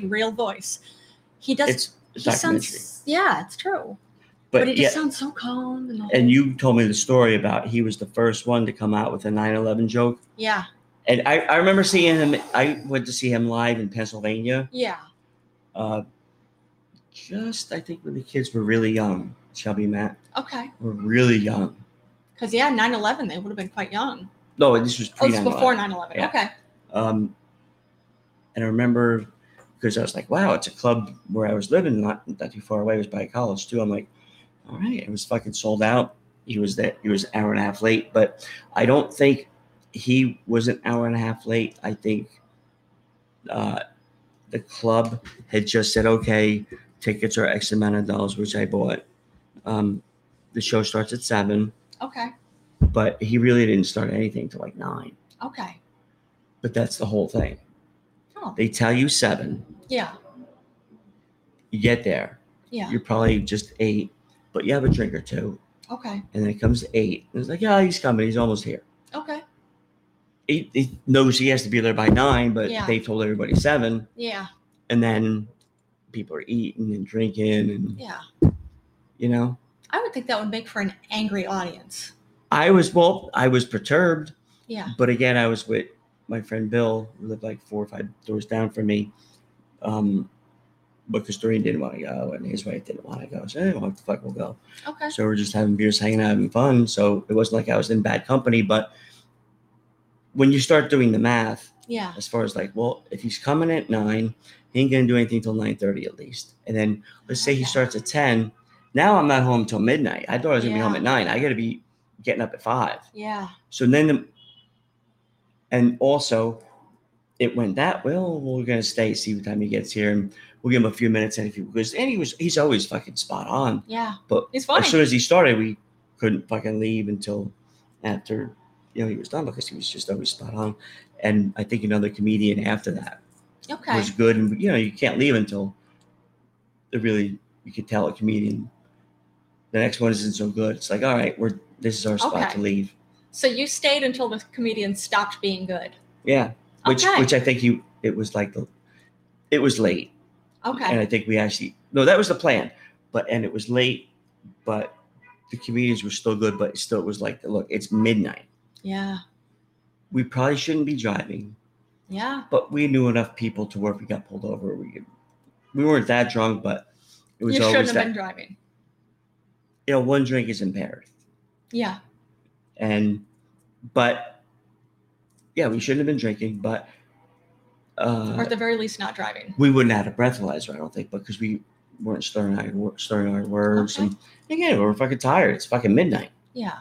S1: Gottfried. real voice. He does.
S2: It's a
S1: he
S2: documentary,
S1: sounds. Yeah, it's true. But,
S2: but
S1: he
S2: yeah.
S1: just sounds so calm and. all.
S2: And you told me the story about he was the first one to come out with a 9/11 joke,
S1: yeah,
S2: and I, I remember seeing him. I went to see him live in Pennsylvania.
S1: yeah,
S2: Uh, just I think when the kids were really young, Chubby Matt
S1: okay.
S2: were really young.
S1: Because yeah, 9-11, they would have been quite young.
S2: No, this was
S1: Oh,
S2: pre
S1: it's
S2: 9/11.
S1: before 9-11.
S2: Yeah.
S1: Okay.
S2: Um, and I remember because I was like, wow, it's a club where I was living, not not too far away. It was by college too. I'm like, all right, it was fucking sold out. He was that he was an hour and a half late, but I don't think he was an hour and a half late. I think uh, the club had just said, okay, tickets are X amount of dollars, which I bought. Um, the show starts at seven,
S1: Okay.
S2: but he really didn't start anything till like nine.
S1: Okay.
S2: But that's the whole thing.
S1: Oh,
S2: They tell you seven,
S1: yeah.
S2: you get there,
S1: Yeah.
S2: you're probably just eight, but you have a drink or two,
S1: Okay.
S2: and then it comes to eight, and it's like, yeah, he's coming, he's almost here.
S1: Okay.
S2: He, he knows he has to be there by nine, but
S1: Yeah.
S2: they've told everybody seven,
S1: Yeah.
S2: and then people are eating and drinking, and
S1: Yeah.
S2: you know,
S1: I would think that would make for an angry audience.
S2: I was well, I was perturbed,
S1: Yeah.
S2: but again, I was with my friend Bill, who lived like four or five doors down from me, um, because Doreen didn't want to go, and his wife didn't want to go, so hey, well, what the fuck, we'll go.
S1: Okay.
S2: So we're just having beers, hanging out, having fun. So it wasn't like I was in bad company. But when you start doing the math,
S1: Yeah.
S2: as far as like, well, if he's coming at nine, he ain't gonna do anything till nine thirty at least. And then let's say he
S1: Okay.
S2: starts at ten. Now I'm not home till midnight. I thought I was gonna be home
S1: Yeah.
S2: at nine. I gotta be getting up at five.
S1: Yeah.
S2: So then, the, and also, it went that well. We're gonna stay, see what time he gets here, and we'll give him a few minutes. And if he goes, and he was, he's always fucking spot on.
S1: Yeah.
S2: But
S1: It's funny.
S2: as soon as he started, we couldn't fucking leave until after you know he was done because he was just always spot on. And I think another comedian after that
S1: okay.
S2: was good, and you know you can't leave until they're really you could tell a comedian. The next one isn't so good. It's like, all right, we're this is our spot
S1: Okay.
S2: to leave.
S1: So you stayed until the comedian stopped being good.
S2: Yeah, which
S1: Okay.
S2: which I think you it was like the it was late,
S1: Okay.
S2: and I think we actually no that was the plan, but and it was late, but the comedians were still good, but it still was like look, it's midnight.
S1: Yeah.
S2: We probably shouldn't be driving,
S1: Yeah.
S2: but we knew enough people to where if we got pulled over, we could, we weren't that drunk, but it was
S1: You shouldn't
S2: always
S1: have
S2: that
S1: been driving.
S2: you know one drink is impaired,
S1: Yeah.
S2: and but yeah, we shouldn't have been drinking, but. Uh,
S1: Or at the very least, not driving.
S2: we wouldn't have had a breathalyzer, I don't think, because we weren't slurring our wor- slurring our words.
S1: Okay.
S2: And again, we we're fucking tired. It's fucking midnight,
S1: Yeah.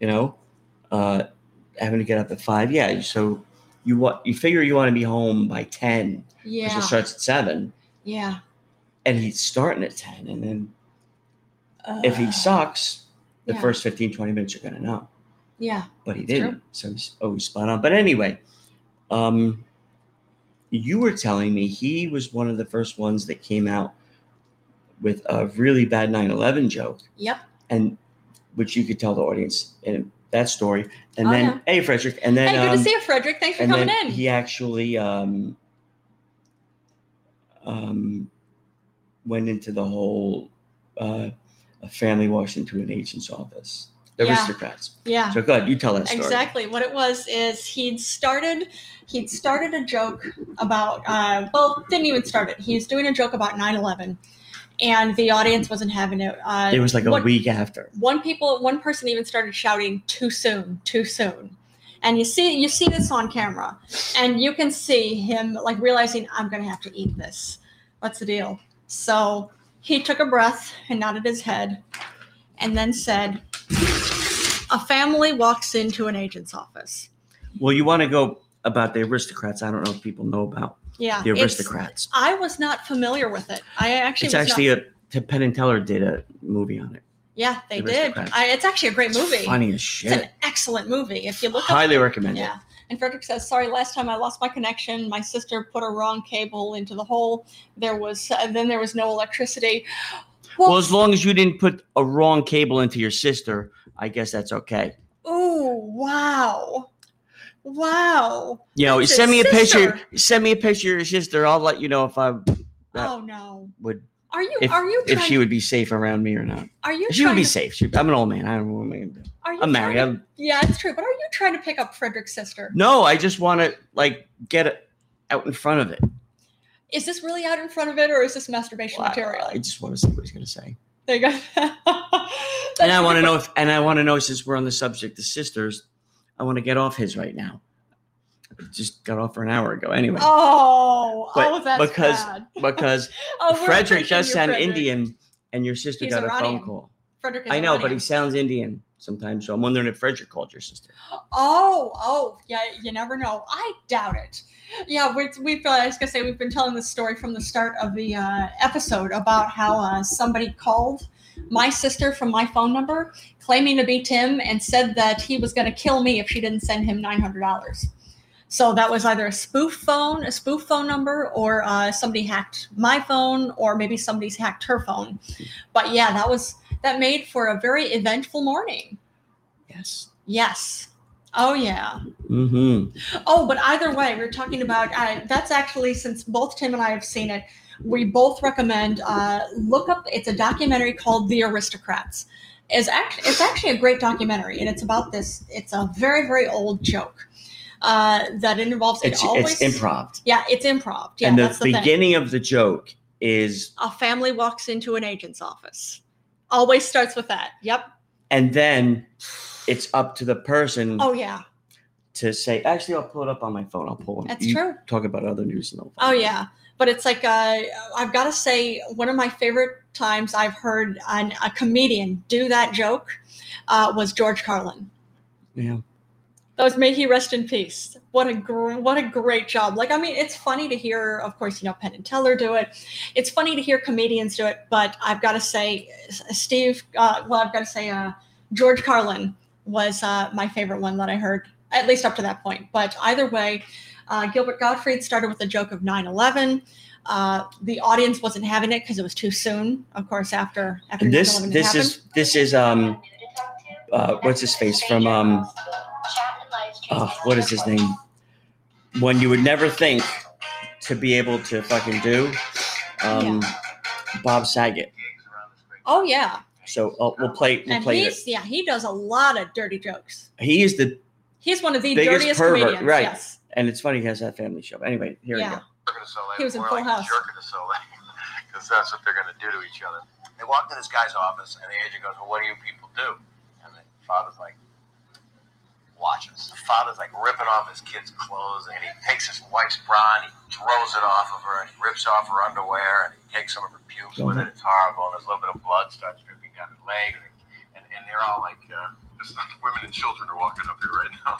S2: you know. Uh, having to get up at five, yeah. So you want you figure you want to be home by ten, because
S1: Yeah.
S2: it starts at seven,
S1: Yeah.
S2: and he's starting at ten, and then if he
S1: Ugh.
S2: sucks, the
S1: Ah. Yeah.
S2: first 15, 20 minutes you're gonna know,
S1: Yeah.
S2: but he
S1: That's true.
S2: didn't. So he's always spot on. But anyway, um, you were telling me he was one of the first ones that came out with a really bad 9-11 joke
S1: Yep.
S2: and which you could tell the audience and that story and
S1: Oh,
S2: then
S1: yeah.
S2: hey frederick and then
S1: hey, good
S2: um,
S1: to see you, Frederick. Thanks for
S2: and
S1: coming
S2: then
S1: in.
S2: he actually um, um, went into the whole uh, a family walks into an agent's office the
S1: Yeah.
S2: aristocrats
S1: yeah.
S2: so good you tell that story
S1: Exactly. What it was is he'd started he'd started a joke about uh, well didn't even start it. He was doing a joke about 9/11, and the audience wasn't having it. Uh,
S2: it was like a
S1: what-
S2: week after
S1: One people one person even started shouting too soon, too soon. And you see you see this on camera, and you can see him like realizing I'm gonna have to eat this. What's the deal? So he took a breath and nodded his head, and then said. A family walks into an agent's office.
S2: well you want to go about the aristocrats i don't know if people know about
S1: Yeah.
S2: the
S1: Ah, it's-
S2: aristocrats
S1: I was not familiar with it. I actually
S2: it's
S1: was
S2: actually
S1: not,
S2: a T- Penn and Teller did a movie on it.
S1: yeah, they
S2: The
S1: did.
S2: Aristocrats.
S1: I, it's actually a great movie.
S2: It's funny as
S1: It's
S2: shit.
S1: an excellent movie. If you look up,
S2: Highly recommend it.
S1: yeah. And Frederick says, "Sorry, last time I lost my connection. My sister put a wrong cable into the hole. There was uh, then there was no electricity.
S2: Well, as long as you didn't put a wrong cable into your sister, I guess that's okay.
S1: oh wow, wow.
S2: You know,
S1: That's his
S2: send me a picture.
S1: sister.
S2: Send me a picture of your sister. I'll let you know if I That-
S1: oh no.
S2: would,
S1: Are you
S2: if,
S1: are you
S2: if
S1: trying?
S2: she would be safe around me or not.
S1: are you
S2: She would
S1: trying
S2: be
S1: to,
S2: safe. She, I'm an old man. I don't know what I'm gonna do.
S1: Are you
S2: I'm
S1: trying
S2: married.
S1: to-
S2: I'm,
S1: yeah, it's true. But are you trying to pick up Frederick's sister?
S2: no, I just want to like get it out in front of it.
S1: Is this really out in front of it, or is this masturbation
S2: Well, I-
S1: material?
S2: I just want to see what he's gonna say.
S1: There you go.
S2: and I want to know if, and I want to know since we're on the subject of sisters, I want to get off his right now. I just got off for an hour ago. Anyway,
S1: Oh,
S2: But-
S1: oh, that's
S2: because-
S1: bad.
S2: because
S1: Oh, we're
S2: Frederick
S1: approaching
S2: does
S1: you,
S2: sound
S1: Frederick.
S2: Indian, and your sister
S1: He's
S2: got a
S1: Iranian.
S2: phone call.
S1: Frederick is
S2: I know, but he
S1: Iranian.
S2: sounds Indian sometimes, so I'm wondering if Frederick called your sister.
S1: Oh, oh, yeah. You never know. I doubt it. Yeah, we, we've. Uh, I was gonna say we've been telling this story from the start of the uh, episode about how uh, somebody called my sister from my phone number, claiming to be Tim, and said that he was gonna kill me if she didn't send him nine hundred dollars. So that was either a spoof phone, a spoof phone number, or uh, somebody hacked my phone, or maybe somebody's hacked her phone. But yeah, that was that made for a very eventful morning.
S2: Yes.
S1: Yes. Oh yeah.
S2: hmm
S1: Oh, but either way, we're talking about uh, that's actually since both Tim and I have seen it, we both recommend uh, look up. It's a documentary called The Aristocrats. is actually it's actually a great documentary, and it's about this. It's a very very old joke uh, that involves it
S2: It's
S1: always
S2: it's improv,
S1: Yeah, it's improv. Yeah,
S2: and the
S1: that's the thing.
S2: beginning of the joke is,
S1: A family walks into an agent's office. Always starts with that. Yep.
S2: Mm. and then it's up to the person
S1: Oh yeah,
S2: to say. Actually, I'll pull it up on my phone. I'll pull one.
S1: that's
S2: You
S1: true.
S2: Talk about other news. And I'll
S1: Oh
S2: find it.
S1: yeah, but it's like uh, I've got to say one of my favorite times I've heard an, a comedian do that joke uh, was George Carlin.
S2: Yeah.
S1: That was may he rest in peace. What a gr- what a great job. Like I mean, it's funny to hear, of course, you know Penn and Teller do it. It's funny to hear comedians do it, but I've got to say, S- Steve. Uh, well, I've got to say, uh, George Carlin was uh, my favorite one that I heard, at least up to that point. But either way, uh, Gilbert Gottfried started with a joke of 9 11. Uh, the audience wasn't having it because it was too soon. Of course, after after
S2: And this
S1: 9/11
S2: this
S1: happened.
S2: is this is um uh, what's his face from um uh, what is his name? One you would never think to be able to fucking do. Um, Bob Saget.
S1: oh yeah,
S2: So uh, we'll play we'll
S1: Oh, and
S2: play
S1: he's
S2: it.
S1: yeah he does a lot of dirty jokes.
S2: He is the
S1: He's one of the
S2: Biggest
S1: dirtiest
S2: pervert,
S1: comedians.
S2: right.
S1: Yes.
S2: and it's funny he has that family show. Anyway, here
S1: yeah.
S2: we go.
S1: He was in
S3: more
S1: Full
S3: like
S1: House.
S3: Jerk of because that's what they're going to do to each other. They walk to this guy's office, and the agent goes, "Well, what do you people do?" And the father's like, "Watch us." The father's like ripping off his kid's clothes, and he takes his wife's bra and he throws it off of her, and he rips off her underwear, and he takes some of her pubes with it. It's horrible, and there's a little bit of blood starts dripping down his leg, and, and, and they're all like. Uh, it's like women and children are walking up here right now.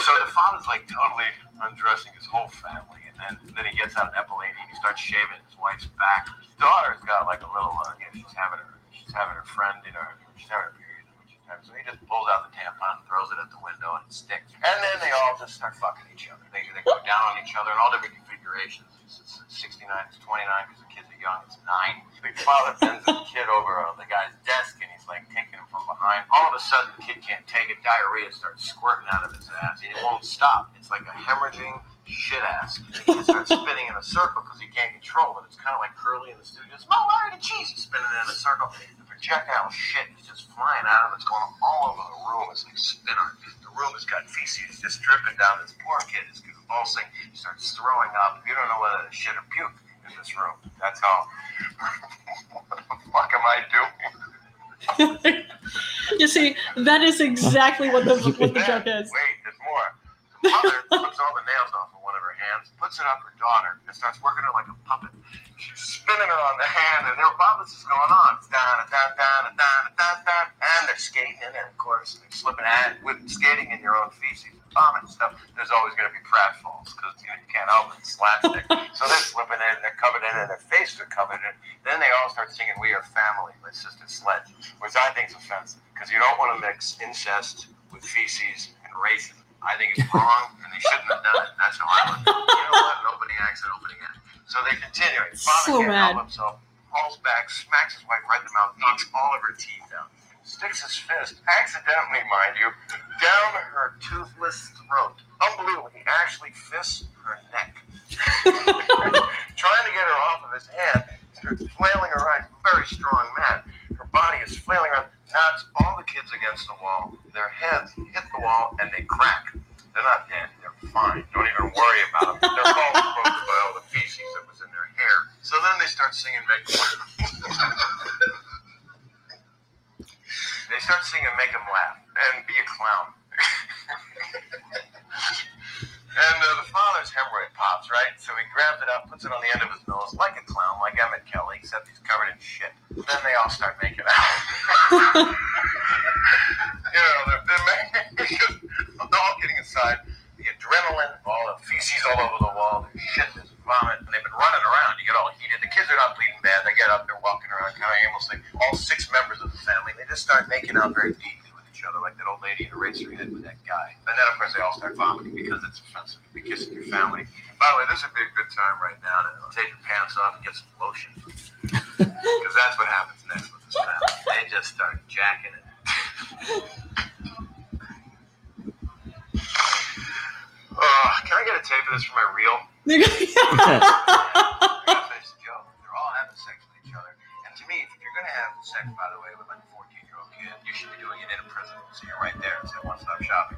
S3: so the father's like totally undressing his whole family, and then then he gets out an epilator and he starts shaving his wife's back. His daughter's got like a little, uh, you know, she's having her, she's having her friend, you know, she's having her period, which she's having, so he just pulls out the tampon, and throws it at the window, and it sticks. And then they all just start fucking each other. They, they go down on each other in all different configurations. It's, it's 69, it's 29 because the kids are young. It's nine. The father sends the kid over uh, the guy's desk, and he's like taking him from behind. All of a sudden, the kid can't take it. Diarrhea starts squirting out of his ass. and It won't stop. It's like a hemorrhaging shit ass. The kid starts spinning in a circle because he can't control it. It's kind of like Curly in the studio. Smell Larry the cheese. He's spinning it in a circle. The projectile shit is just flying out of it. It's going all over the room. It's like spinner. The room has got feces just dripping down. This poor kid is convulsing. He starts throwing up. You don't know whether to shit or puke in this room. That's all. what the fuck am I doing?
S1: you see, that is exactly what the what the joke is.
S3: Wait, there's more. The mother clips all the nails off of one of her hands, puts it on her daughter, and starts working her like a puppet. She's spinning her on the hand, and their bobbins is going on. It's down, and down, down, and down, and down, down, and they're skating in there, of course. They're slipping at with skating in your own feces and vomit and stuff. There's always going to be pratfalls because you, know, you can't help it. It's slapstick. so they're slipping in, they're covered in, and their faces are covered in. Then they all start singing "We Are Family" by Sister Sledge, which I think is offensive because you don't want to mix incest with feces and racism. I think it's wrong, and they shouldn't have done it. That's how I look. at it. You know what? An opening act is an opening act. So they continue. it. Father
S1: So
S3: can't
S1: mad.
S3: help himself. Falls back, smacks his wife right in the mouth, knocks all of her teeth out. Sticks his fist, accidentally, mind you, down her toothless throat. Unbelievable. He actually fists her neck trying to get her off of his hand. Starts flailing around, very strong man. Her body is flailing around, knocks all the kids against the wall. Their heads hit the wall and they crack. They're not dead. They're fine. Don't even worry about them. Their bones broken by all the feces that was in their hair. So then they start singing "Make." they start singing "Make 'em Laugh" and "Be a Clown." And uh, the father's hemorrhoid pops, right? So he grabs it up, puts it on the end of his nose, like a clown, like Emmett Kelly, except he's covered in shit. Then they all start making out. you know, they're, they're making, all kidding aside, the adrenaline, all the feces all over the wall, there's shit, there's vomit, and they've been running around. You get all heated. The kids are not bleeding bad. They get up, they're walking around, kind of aimlessly. All six members of the family, they just start making out very deeply with each other, like that old lady in Eraserhead head with that guy. And then, of course, they all start vomiting because it's offensive to be kissing your family. By the way, this would be a good time right now to take your pants off and get some lotion. Because that's what happens next with this family. They just start jacking it. Uh, can I get a tape of this for my reel? I gotta finish the joke. They're all having sex with each other. And to me, if you're gonna have sex, by the way, with like a 14 year old kid, you should be doing it in a prison. So you're right there. It's that one stop shopping.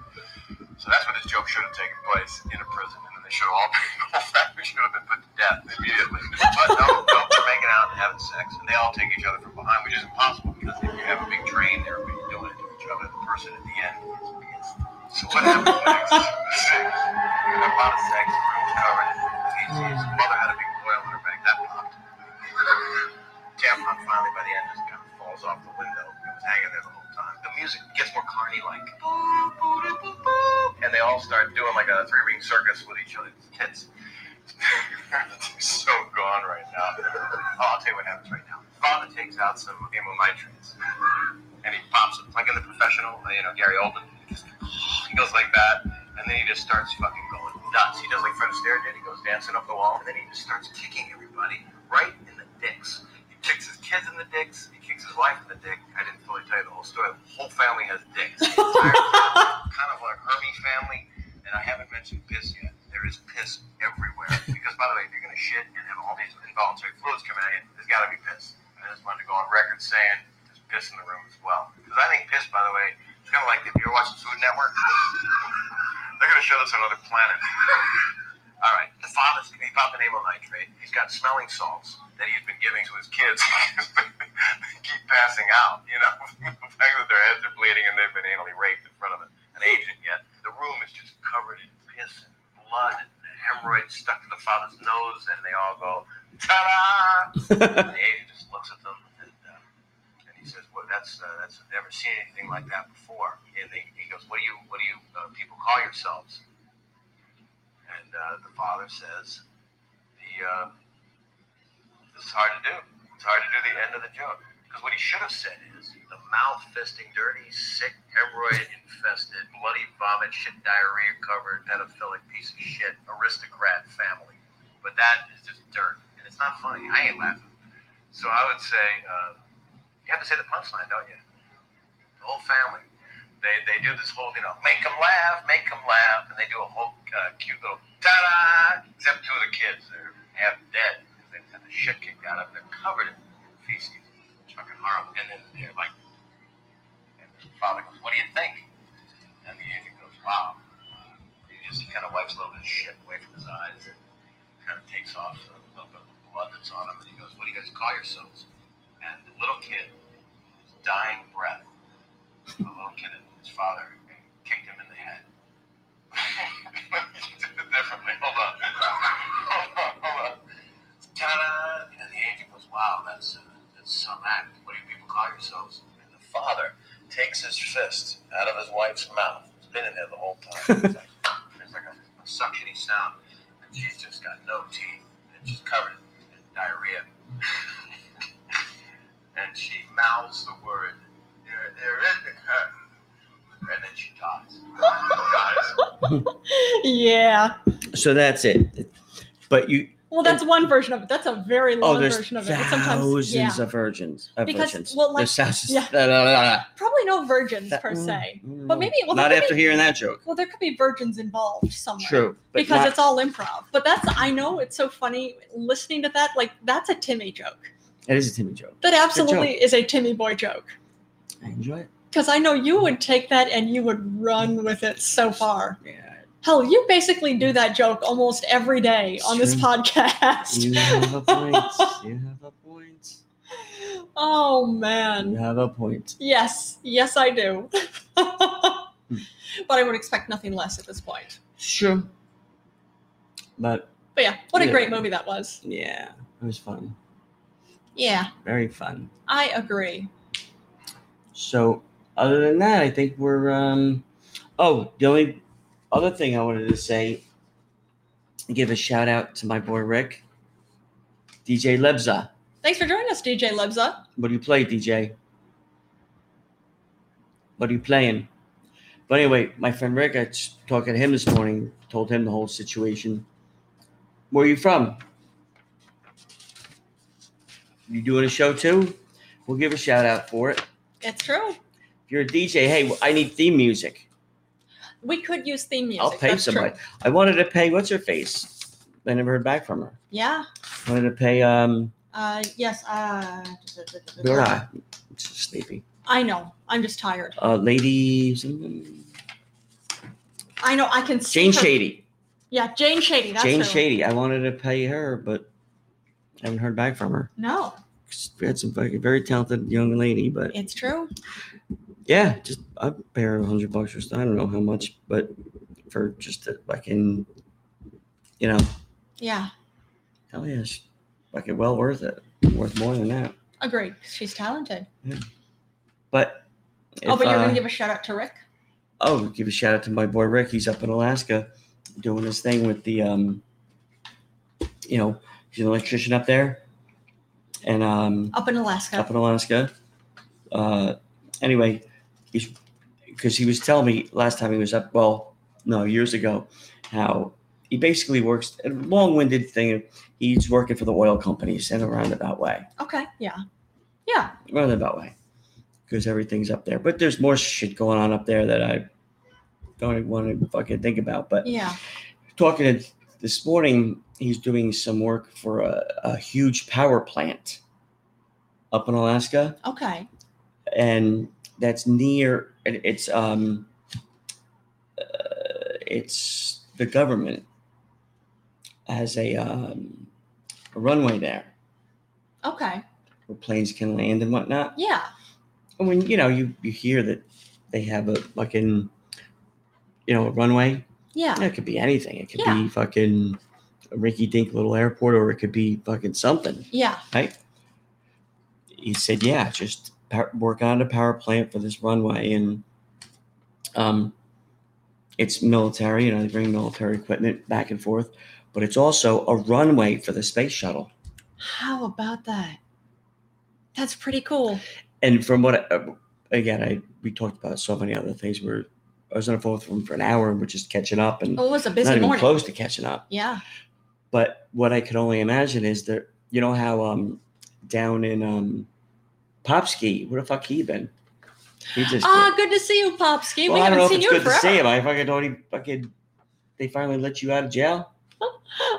S3: So that's where this joke should have taken place in a prison. And then they should have all been, the whole family should have been put to death immediately. But no, no, they're making out and having sex. And they all take each other from behind, which is impossible because if you have a big train, everybody's doing it to each other. The person at the end is pissed. So what happens next? Sex. A lot of sex. Room covered. His mother had a big boil in her back. That popped. Tampon finally by the end just kind of falls off the window. It was hanging there the whole time. The music gets more carny like. And they all start doing like a three ring circus with each other's tits. They're so gone right now. Oh, I'll tell you what happens right now. Father takes out some amyloidrates and he pops it like in the professional, you know, Gary Oldman. He just- he goes like that, and then he just starts fucking going. nuts. He does like Fred Astaire did. He goes dancing up the wall, and then he just starts kicking everybody right in the dicks. He kicks his kids in the dicks. He kicks his wife in the dick. I didn't fully tell you the whole story. The whole family has dicks. The entire family, kind of like Hermie family. And I haven't mentioned piss yet. There is piss everywhere. Because by the way, if you're gonna shit and have all these involuntary fluids coming at you, there's got to be piss. I just wanted to go on record saying there's piss in the room as well. Because I think piss, by the way, it's kind of like if you're watching Food Network. They're going to show us another planet. All right, the father's he bought the name on nitrate. He's got smelling salts that he's been giving to his kids. they keep passing out, you know. the fact that their heads are bleeding and they've been anally raped in front of an, an agent yet. The room is just covered in piss and blood and hemorrhoids stuck to the father's nose, and they all go, ta-da! and the agent just looks at them and, uh, and he says, "Well, that's uh, that's I've never seen anything like that before." And they, he goes, "What do you what do you uh, people call yourselves?" And uh, the father says, "The uh, this is hard to do. It's hard to do the end of the joke because what he should have said is the mouth fisting, dirty, sick, hemorrhoid infested, bloody vomit, shit, diarrhea covered, pedophilic piece of shit, aristocrat family." But that is just dirt, and it's not funny. I ain't laughing. So I would say uh, you have to say the punchline, don't you? The whole family. They, they do this whole, you know, make them laugh, make them laugh, and they do a whole uh, cute little ta-da, except two of the kids. They're half dead because they've had the shit kicked out of them. They're covered in feces. It's fucking horrible. And then they're like, and the father goes, what do you think? And the agent goes, wow. Uh, He just kind of wipes a little bit of shit away from his eyes and kind of takes off a little bit of the blood that's on him. And he goes, what do you guys call yourselves? And the little kid, his dying breath, the little kid and his father kicked him in the head. You did it differently. Hold on. Hold on. Hold on. Ta-da! And the angel goes, wow, that's, uh, that's some act. What do you people call yourselves? And the father takes his fist out of his wife's mouth. It's been in there the whole time. It's like, it's like a, a suctiony sound. And she's just got no teeth. And she's covered in diarrhea. and she mouths the word, there, there is a curtain. And then she dies. dies.
S1: yeah.
S2: So that's it. But you
S1: Well, that's one version of it. That's a very long
S2: oh, there's
S1: version of it. It's Sometimes,
S2: thousands
S1: yeah.
S2: of virgins. Of
S1: Because,
S2: virgins.
S1: well, like-
S2: there's thousands.
S1: yeah.
S2: da, da, da, da.
S1: Probably no virgins
S2: That-
S1: per se.
S2: Mm,
S1: But maybe well,
S2: not
S1: there could
S2: after
S1: be,
S2: hearing that joke.
S1: Well, there could be virgins involved somewhere.
S2: True, but
S1: because
S2: not-
S1: it's all improv. But that's I know it's so funny listening to that. Like that's a Timmy joke.
S2: it is a Timmy joke.
S1: That absolutely is a Timmy boy joke.
S2: I enjoy it.
S1: Because I know you would take that and you would run with it so far.
S2: Yeah,
S1: Hell, you basically do that joke almost every day on this
S2: Sure.
S1: podcast.
S2: you have a point. You have a point.
S1: Oh
S2: You
S1: man.
S2: have a point.
S1: Yes, yes, I do. but
S2: Hmm.
S1: I would expect nothing less at this point.
S2: Sure. But
S1: But yeah, what a
S2: Yeah.
S1: great movie that was.
S2: yeah, it was fun.
S1: Yeah,
S2: Very fun.
S1: I agree.
S2: So other than that, I think we're um oh, the only other thing I wanted to say give a shout out to my boy Rick. DJ Lebza.
S1: Thanks for joining us, DJ Lebza.
S2: What do you play, DJ? What are you playing? But anyway, my friend Rick, I was talking to him this morning, told him the whole situation. Where are you from? You doing a show too? We'll give a shout out for it.
S1: It's true.
S2: If you're a DJ, hey, I need theme music.
S1: We could use theme music.
S2: I'll pay
S1: that's true.
S2: somebody. I wanted to pay what's her face. I never heard back from her.
S1: Yeah.
S2: I wanted to pay um
S1: Uh, yes. Uh,
S2: Laura. It's sleepy.
S1: I know. I'm just tired.
S2: Uh lady something-
S1: I know. I can see
S2: Jane
S1: her-
S2: Shady.
S1: Yeah, Jane Shady. That's
S2: Jane
S1: her.
S2: Shady. I wanted to pay her, but I haven't heard back from her.
S1: No,
S2: We had some fucking very talented young lady, but
S1: it's true.
S2: yeah, just I pay her a hundred bucks or something. I don't know how much, but for just to fucking you know,
S1: Yeah,
S2: hell yeah, she's fucking well worth it. Worth more than that.
S1: agreed. She's talented.
S2: But
S1: oh,
S2: if,
S1: but you're
S2: uh,
S1: gonna give a shout out to Rick.
S2: Oh, give a shout out to my boy Rick. He's up in Alaska doing his thing with the um you know, he's an electrician up there. And um
S1: Up in Alaska.
S2: up in Alaska. Uh anyway, he's because he was telling me last time he was up well, no, years ago, how he basically works a long-winded thing. He's working for the oil companies in a roundabout way.
S1: Okay. Yeah. Yeah.
S2: Roundabout way, because everything's up there. But there's more shit going on up there that I don't even want to fucking think about. But
S1: Yeah.
S2: talking to this morning, he's doing some work for a, a huge power plant up in Alaska,
S1: Okay.
S2: and that's near. It, it's um, uh, it's the government has a, um, a runway there
S1: Okay.
S2: where planes can land and whatnot.
S1: Yeah.
S2: And when you know you you hear that they have a fucking you know a runway
S1: Yeah.
S2: Yeah, it could be anything. It could
S1: Yeah.
S2: be fucking a rinky dink little airport or it could be fucking something.
S1: Yeah.
S2: He said, Yeah, just pow- work on a power plant for this runway. And um, it's military, you know, they bring military equipment back and forth, but it's also a runway for the space shuttle.
S1: How about that? That's pretty cool.
S2: And from what, I, again, I we talked about so many other things. We're, I was on the phone with him for an hour and we're just catching up and
S1: Well, Oh, it was a
S2: not
S1: busy
S2: even
S1: morning.
S2: close to catching up.
S1: Yeah.
S2: but what I could only imagine is that you know how um down in um Popski, where the fuck he been? He just
S1: Ah, good to see you, Popski.
S2: well,
S1: we
S2: I
S1: haven't
S2: don't know if
S1: seen
S2: it's
S1: you in
S2: good to
S1: forever.
S2: see him. I fucking don't even fucking. They finally let you out of jail.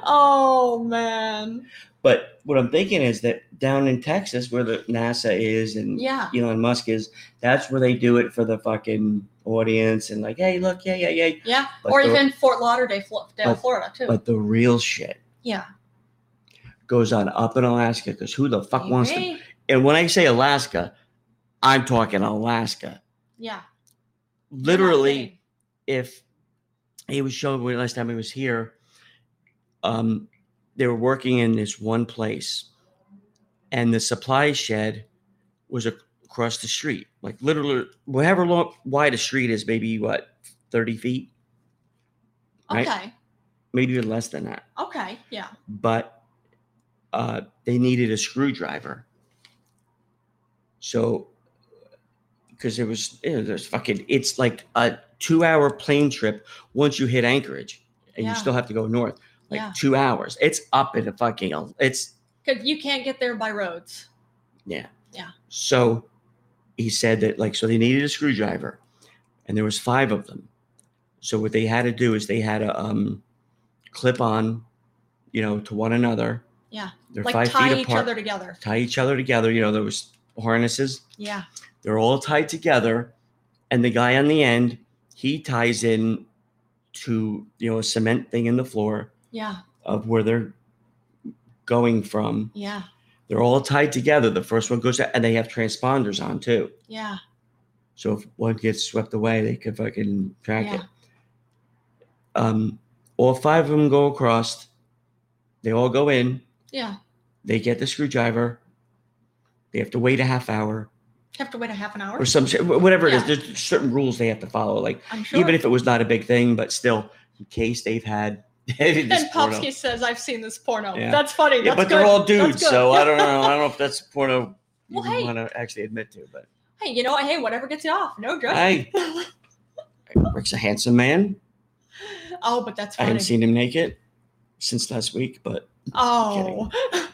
S1: Oh man.
S2: But what I'm thinking is that down in Texas, where the NASA is and
S1: Yeah.
S2: Elon Musk is, that's where they do it for the fucking audience and like, hey, look, yeah, yeah, yeah.
S1: Yeah.
S2: But
S1: or
S2: the-
S1: even Fort Lauderdale, Flo- down
S2: but-
S1: Florida too.
S2: But the real shit
S1: yeah.
S2: goes on up in Alaska because who the fuck wants to?
S1: Hey.
S2: And when I say Alaska, I'm talking Alaska.
S1: Yeah.
S2: literally if he was showing me last time he was here um they were working in this one place and the supply shed was ac- across the street like literally whatever long wide a street is maybe what 30 feet
S1: Okay.
S2: right? maybe even less than that
S1: Okay. Yeah.
S2: but uh they needed a screwdriver so because it was you know, there's fucking it's like a two hour plane trip once you hit Anchorage and
S1: Yeah.
S2: you still have to go north like
S1: Yeah.
S2: two hours it's up in a fucking it's
S1: Because you can't get there by roads.
S2: yeah
S1: Yeah.
S2: so he said that like so they needed a screwdriver and there was five of them so what they had to do is they had to um clip on you know to one another
S1: Yeah.
S2: they're
S1: Like
S2: five
S1: tie
S2: feet
S1: each
S2: apart
S1: other together.
S2: tie each other together you know there was harnesses
S1: Yeah.
S2: they're all tied together and the guy on the end he ties in to you know a cement thing in the floor
S1: Yeah.
S2: of where they're going from
S1: Yeah.
S2: they're all tied together the first one goes out and they have transponders on too
S1: Yeah.
S2: so if one gets swept away they could fucking track
S1: Yeah.
S2: it um all five of them go across they all go in
S1: Yeah.
S2: they get the screwdriver they have to wait a half hour
S1: Have to wait a half an hour.
S2: or some shit, wh- whatever
S1: Yeah.
S2: it is there's certain rules they have to follow like
S1: I'm sure.
S2: even if it was not a big thing, but still, in case they've had. this
S1: and
S2: porno.
S1: Popsky says, "I've seen this porno."
S2: Yeah.
S1: That's funny.
S2: Yeah,
S1: That's
S2: but
S1: good.
S2: they're all
S1: That's
S2: dudes,
S1: good.
S2: so I don't know. I don't know if that's porno you
S1: Well, hey.
S2: want to actually admit to, but
S1: Hey, you know what? Hey, whatever gets you off, no judgment.
S2: I. Rick's a handsome man.
S1: oh, but that's
S2: I
S1: funny.
S2: haven't seen him naked since last week, but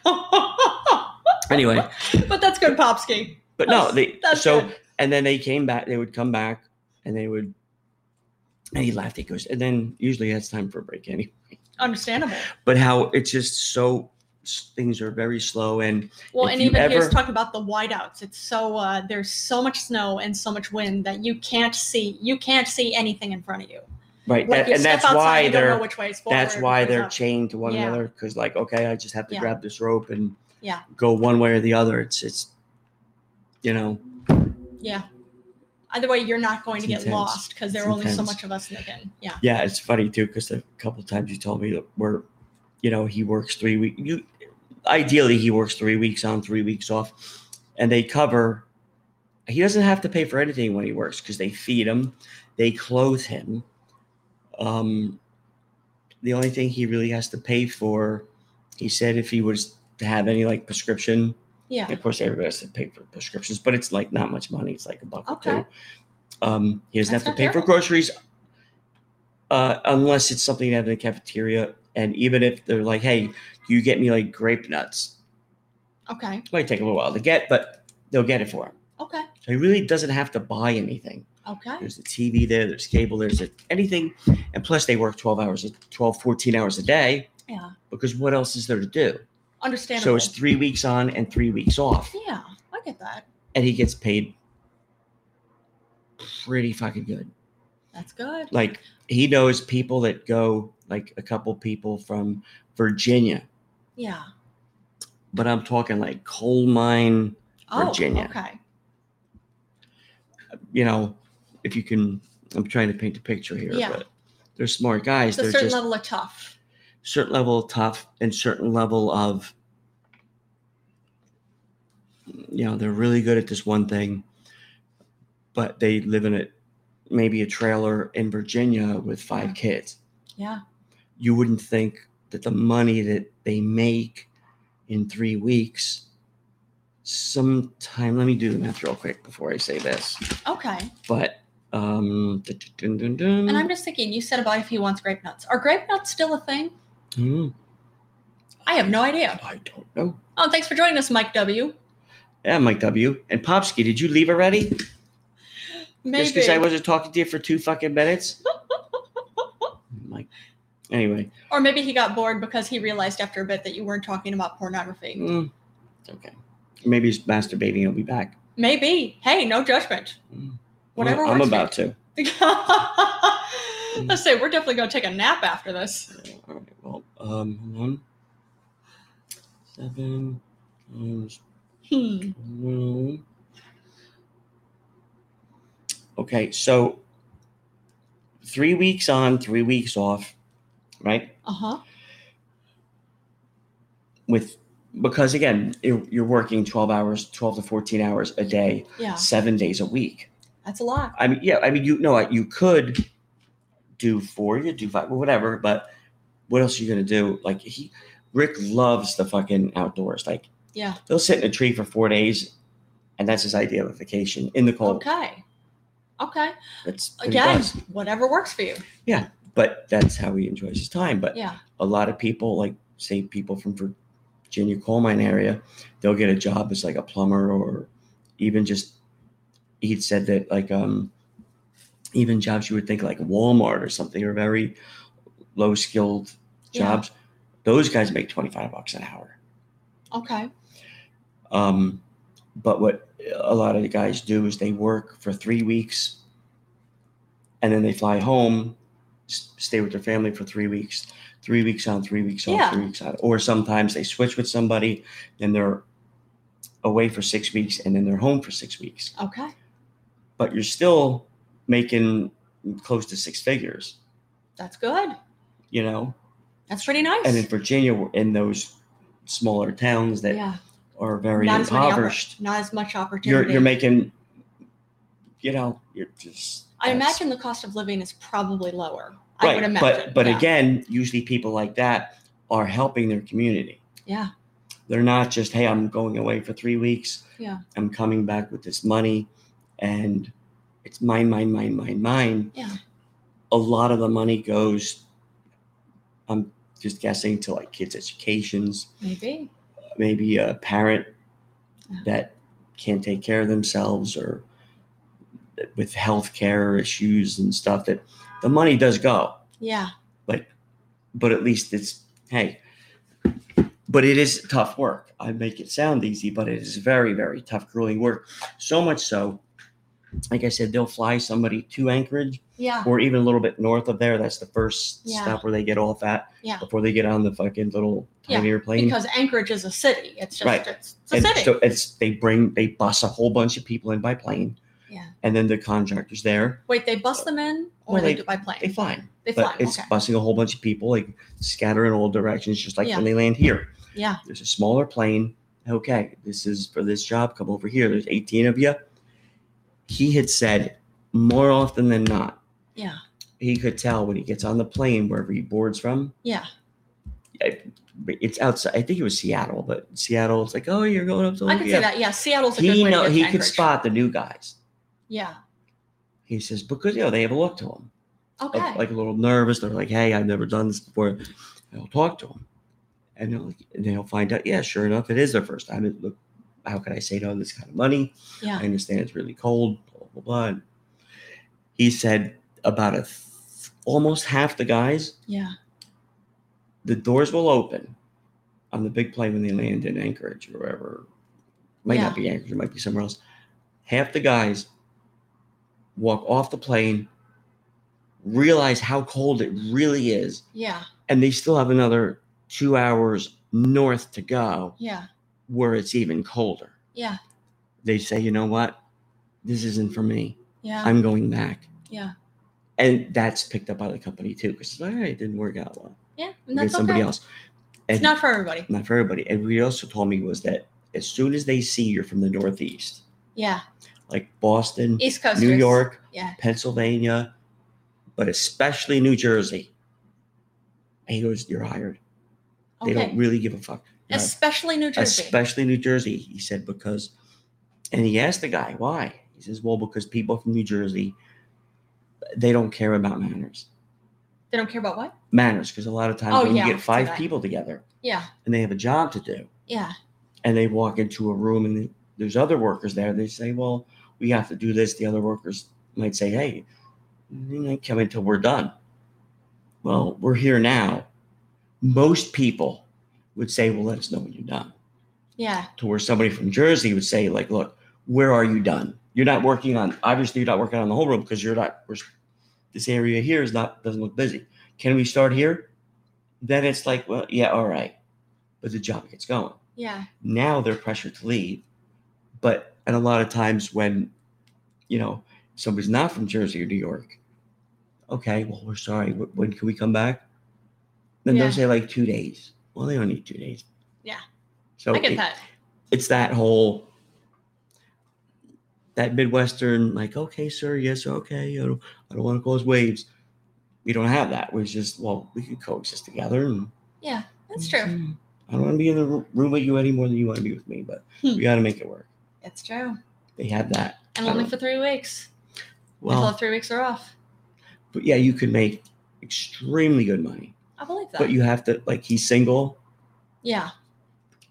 S1: oh,
S2: anyway,
S1: but that's good, Popsky.
S2: but no,
S1: That's-
S2: they
S1: that's
S2: so
S1: good.
S2: and then they came back. They would come back, and they would. And he laughed. He goes, and then usually that's time for a break. Anyway,
S1: Understandable.
S2: but how it's just so s- things are very slow and
S1: Well,
S2: If
S1: and
S2: you
S1: even he was
S2: ever-
S1: talking about the whiteouts. It's so uh, there's so much snow and so much wind that you can't see you can't see anything in front of you.
S2: Right,
S1: Like
S2: that-
S1: you
S2: and
S1: step
S2: that's
S1: outside,
S2: why
S1: you don't know
S2: they're
S1: which way it's forward.
S2: that's why
S1: which way's
S2: they're
S1: up.
S2: chained to one
S1: Yeah.
S2: another because like okay, I just have to
S1: Yeah.
S2: grab this rope and
S1: Yeah.
S2: go one way or the other. It's it's you know
S1: yeah. Either way, you're not going
S2: It's
S1: to get
S2: intense.
S1: lost because there
S2: It's
S1: are only so
S2: intense.
S1: much of us in the game. Yeah.
S2: yeah, it's funny too because a couple times you told me that we're you know he works three week you ideally he works three weeks on three weeks off and they cover he doesn't have to pay for anything when he works because they feed him they clothe him um the only thing he really has to pay for he said if he was to have any like prescription
S1: Yeah.
S2: of course everybody has to pay for prescriptions but it's like not much money it's like a buck
S1: Okay.
S2: or two um he doesn't
S1: That's
S2: have
S1: not
S2: to pay for
S1: terrible.
S2: groceries uh, unless it's something you have in the cafeteria. And even if they're like, "Hey, you get me like grape nuts,"
S1: Okay.
S2: it might take a little while to get, but they'll get it for him.
S1: Okay.
S2: So he really doesn't have to buy anything.
S1: Okay.
S2: There's the TV there. There's cable. There's a, anything, and plus they work 12 hours, a- 12, 14 hours a day.
S1: Yeah.
S2: Because what else is there to do? So
S1: Understandable.
S2: it's three weeks on and three weeks off,
S1: yeah, I get that.
S2: and he gets paid pretty fucking good.
S1: That's good.
S2: Like he knows people that go, like a couple people from Virginia,
S1: Yeah.
S2: but I'm talking like coal mine.
S1: Oh,
S2: Virginia.
S1: okay.
S2: You know, if you can, I'm trying to paint a picture here,
S1: Yeah.
S2: but they're smart guys.
S1: It's a
S2: they're
S1: certain
S2: just
S1: level of tough.
S2: certain level of tough and certain level of you know they're really good at this one thing but they live in a maybe a trailer in virginia with five kids
S1: Yeah.
S2: you wouldn't think that the money that they make in three weeks sometime let me do the math real quick before i say this
S1: Okay.
S2: but um dun, dun, dun,
S1: And I'm just thinking, you said about if he wants grape nuts. Are grape nuts still a thing?
S2: Hmm,
S1: I have no idea.
S2: i don't know
S1: Oh, thanks for joining us, Mike W.
S2: Yeah, Mike W. And Popsky, did you leave already? Just
S1: Maybe.
S2: because I wasn't talking to you for two fucking minutes? Mike. Anyway.
S1: or maybe he got bored because he realized after a bit that you weren't talking about pornography.
S2: mm, it's okay. Maybe he's masturbating. He'll be back.
S1: Maybe. Hey, no judgment.
S2: Mm.
S1: Whatever
S2: I'm
S1: works for
S2: about to.
S1: you. Let's say we're definitely going to take a nap after this.
S2: All right. Well, um, hold on. Seven times
S1: Hmm.
S2: twelve. Okay. So three weeks on, three weeks off, right?
S1: Uh huh.
S2: with because again you're, you're working 12 hours 12 to 14 hours a day
S1: Yeah,
S2: seven days a week
S1: that's a lot.
S2: i mean yeah i mean you know what you could do four you do five whatever but what else are you gonna do like he rick loves the fucking outdoors like
S1: Yeah.
S2: they'll sit in a tree for four days and that's his idea of a vacation in the cold
S1: Okay. Okay.
S2: that's what he
S1: Again,
S2: does.
S1: whatever works for you.
S2: but that's how he enjoys his time but
S1: Yeah.
S2: a lot of people, like say people from Virginia coal mine area, they'll get a job as like a plumber or even just he said that like um even jobs you would think like Walmart or something are very low skilled
S1: Yeah.
S2: jobs. Those guys make twenty five bucks an hour.
S1: Okay.
S2: Um, but what a lot of the guys do is they work for three weeks and then they fly home, s- stay with their family for three weeks, three weeks on, three weeks off,
S1: Yeah.
S2: three weeks on. Or sometimes they switch with somebody and they're away for six weeks and then they're home for six weeks.
S1: Okay.
S2: But you're still making close to six figures,
S1: That's good.
S2: you know?
S1: That's pretty nice.
S2: And in Virginia, we're in those smaller towns that
S1: yeah.
S2: are very
S1: not as many oppor-
S2: impoverished.
S1: not as much opportunity.
S2: you're you're making you know you're just
S1: I
S2: that's-
S1: imagine the cost of living is probably lower. I
S2: right
S1: would imagine.
S2: but but
S1: yeah.
S2: again usually people like that are helping their community
S1: Yeah.
S2: they're not just hey i'm going away for three weeks
S1: Yeah.
S2: i'm coming back with this money and it's mine mine mine mine mine
S1: Yeah.
S2: a lot of the money goes i'm just guessing to like kids educations
S1: Maybe.
S2: maybe a parent
S1: Yeah.
S2: that can't take care of themselves or with health care issues and stuff that the money does go
S1: Yeah.
S2: but at least it's hey but it is tough work i make it sound easy but it is very very tough grueling work so much so like i said they'll fly somebody to anchorage
S1: Yeah.
S2: or even a little bit north of there that's the first
S1: Ah. Yeah.
S2: stop where they get off at
S1: Yeah.
S2: before they get on the fucking little
S1: Yeah,
S2: tiny airplane
S1: Because Anchorage is a city. It's just
S2: Right.
S1: it's, it's a
S2: and
S1: city.
S2: so it's they bring they bus a whole bunch of people in by plane
S1: yeah.
S2: and then the contractors there
S1: Wait, they bus them in or
S2: Well,
S1: they,
S2: they-
S1: do it by plane?
S2: they fly
S1: They
S2: but
S1: fly.
S2: it's
S1: Okay.
S2: busing a whole bunch of people like scatter in all directions just like
S1: Yeah.
S2: when they land here
S1: Yeah.
S2: there's a smaller plane okay this is for this job come over here there's 18 of you he had said more often than not
S1: Yeah.
S2: he could tell when he gets on the plane wherever he boards from
S1: Yeah.
S2: it's outside i think it was seattle but seattle it's like oh you're going up to
S1: I could
S2: Olympia.
S1: see that. Yeah. Seattle's a good
S2: he
S1: way
S2: know
S1: to get
S2: he
S1: to
S2: could
S1: Anchorage.
S2: spot the new guys
S1: Yeah.
S2: He says, because you know, they have a look to them.
S1: Okay.
S2: like, like a little nervous. They're like, "Hey, I've never done this before." And I'll talk to them, and they'll and they'll find out. Yeah, sure enough, it is their first time. It, look, how can I say no? to This kind of money.
S1: yeah.
S2: I understand it's really cold. Blah blah blah. And he said about a th- almost half the guys,
S1: yeah.
S2: the doors will open on the big plane when they land in Anchorage or wherever. Might not be Anchorage. It might be somewhere else. Half the guys walk off the plane, realize how cold it really is,
S1: Yeah.
S2: and they still have another two hours north to go
S1: Yeah.
S2: where it's even colder.
S1: Yeah.
S2: They say, you know what? This isn't for me.
S1: Yeah.
S2: I'm going back.
S1: Yeah.
S2: And that's picked up by the company too, because all right, it didn't work out well.
S1: Yeah. And
S2: Get
S1: that's
S2: somebody
S1: okay.
S2: else.
S1: It's
S2: And-
S1: not for everybody.
S2: not for everybody. And what he also told me was that as soon as they see you're from the Northeast,
S1: Yeah.
S2: like Boston,
S1: East Coast.
S2: New York,
S1: Yeah.
S2: Pennsylvania, but especially New Jersey, and he goes, "You're hired.
S1: Okay.
S2: They don't really give a fuck." You're hired.
S1: Especially New Jersey.
S2: Especially New Jersey, he said, because, and he asked the guy why. He says, "Well, because people from New Jersey, they don't care about manners.
S1: they don't care about what?
S2: Manners, because a lot of times
S1: Oh,
S2: when
S1: yeah,
S2: you
S1: I
S2: get
S1: see
S2: five
S1: that.
S2: people together
S1: Yeah.
S2: and they have a job to do."
S1: Yeah.
S2: and they walk into a room and there's other workers there. They say, "Well, we have to do this." The other workers might say, "Hey, you know, come until we're done." Well, we're here now. Most people would say, "Well, let us know when you're done."
S1: Yeah.
S2: To where somebody from Jersey would say, "Like, look, where are you done? You're not working on. Obviously, you're not working on the whole room because you're not. We're, this area here is not doesn't look busy. Can we start here?" Then it's like, "Well, yeah, all right," but the job gets going
S1: Yeah.
S2: now they're pressured to leave. But and a lot of times when, you know, somebody's not from Jersey or New York, okay, well we're sorry. wh- When can we come back? Then
S1: Yeah.
S2: they'll say like two days. Well, they don't need two days.
S1: Yeah.
S2: So
S1: I get
S2: it-
S1: that.
S2: it's that whole that Midwestern like okay, sir, yes, okay. I don't, I don't want to cause waves. We don't have that. We're just well, we can coexist together and
S1: Yeah. That's true.
S2: I don't want to be in the ro- room with you any more than you want to be with me, but
S1: Hmm.
S2: we got to make it work.
S1: It's true.
S2: They have that.
S1: And
S2: I
S1: only
S2: don't-
S1: for three weeks. Until
S2: Well,
S1: the three weeks are off.
S2: but yeah, you could make extremely good money,
S1: I believe that.
S2: but you have to like he's single,
S1: yeah.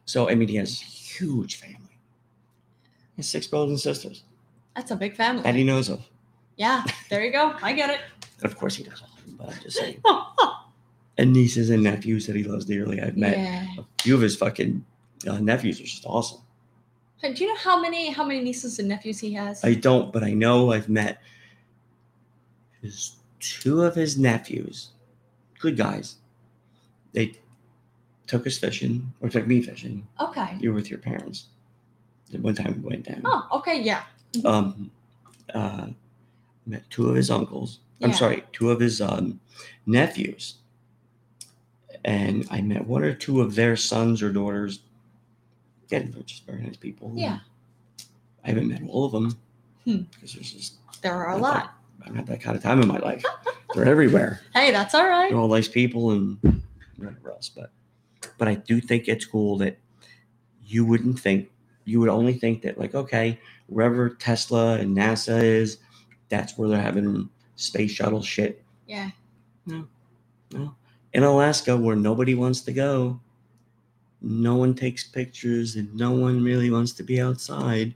S2: so I mean he has a huge family. He has six brothers and sisters
S1: That's a big family.
S2: that he knows of.
S1: yeah. There you go. I get it.
S2: And of course he does, but I'm just saying. And nieces and nephews that he loves dearly. I've met
S1: yeah.
S2: a few of his fucking uh, nephews are just awesome.
S1: Hey, Do you know how many how many nieces and nephews he has?
S2: I don't, but I know I've met his two of his nephews, good guys. They took us fishing, or took me fishing.
S1: okay.
S2: You were with your parents. The one time we went down.
S1: Oh, okay, yeah.
S2: Um, uh, met two of his uncles. I'm
S1: Yeah.
S2: sorry, two of his um, nephews. And I met one or two of their sons or daughters. Yeah, they're just very nice people.
S1: Yeah.
S2: I haven't met all of them
S1: Hmm.
S2: because there's just
S1: There are a
S2: Okay.
S1: lot.
S2: I don't have that kind of time in my life. They're everywhere.
S1: Hey, that's all right.
S2: They're all nice people and whatever else. But but I do think it's cool that you wouldn't think you would only think that like, okay, wherever Tesla and NASA is, that's where they're having space shuttle shit.
S1: Yeah.
S2: No. In Alaska where nobody wants to go, no one takes pictures and no one really wants to be outside.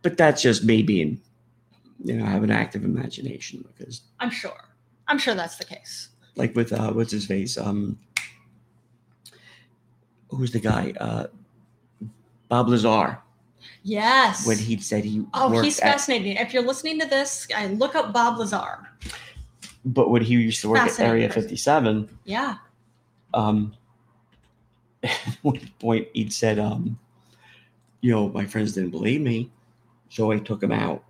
S2: But that's just me being you know, have an active imagination because
S1: I'm sure. I'm sure that's the case.
S2: like with uh what's his face um who's the guy uh bob lazar
S1: Yes.
S2: when he said he
S1: oh,
S2: worked
S1: he's
S2: at,
S1: fascinating. If you're listening to this, I look up Bob Lazar.
S2: but when he used to work at
S1: Fascinating
S2: area
S1: person.
S2: 57
S1: Yeah.
S2: um at one point he'd said um you know my friends didn't believe me so i took him out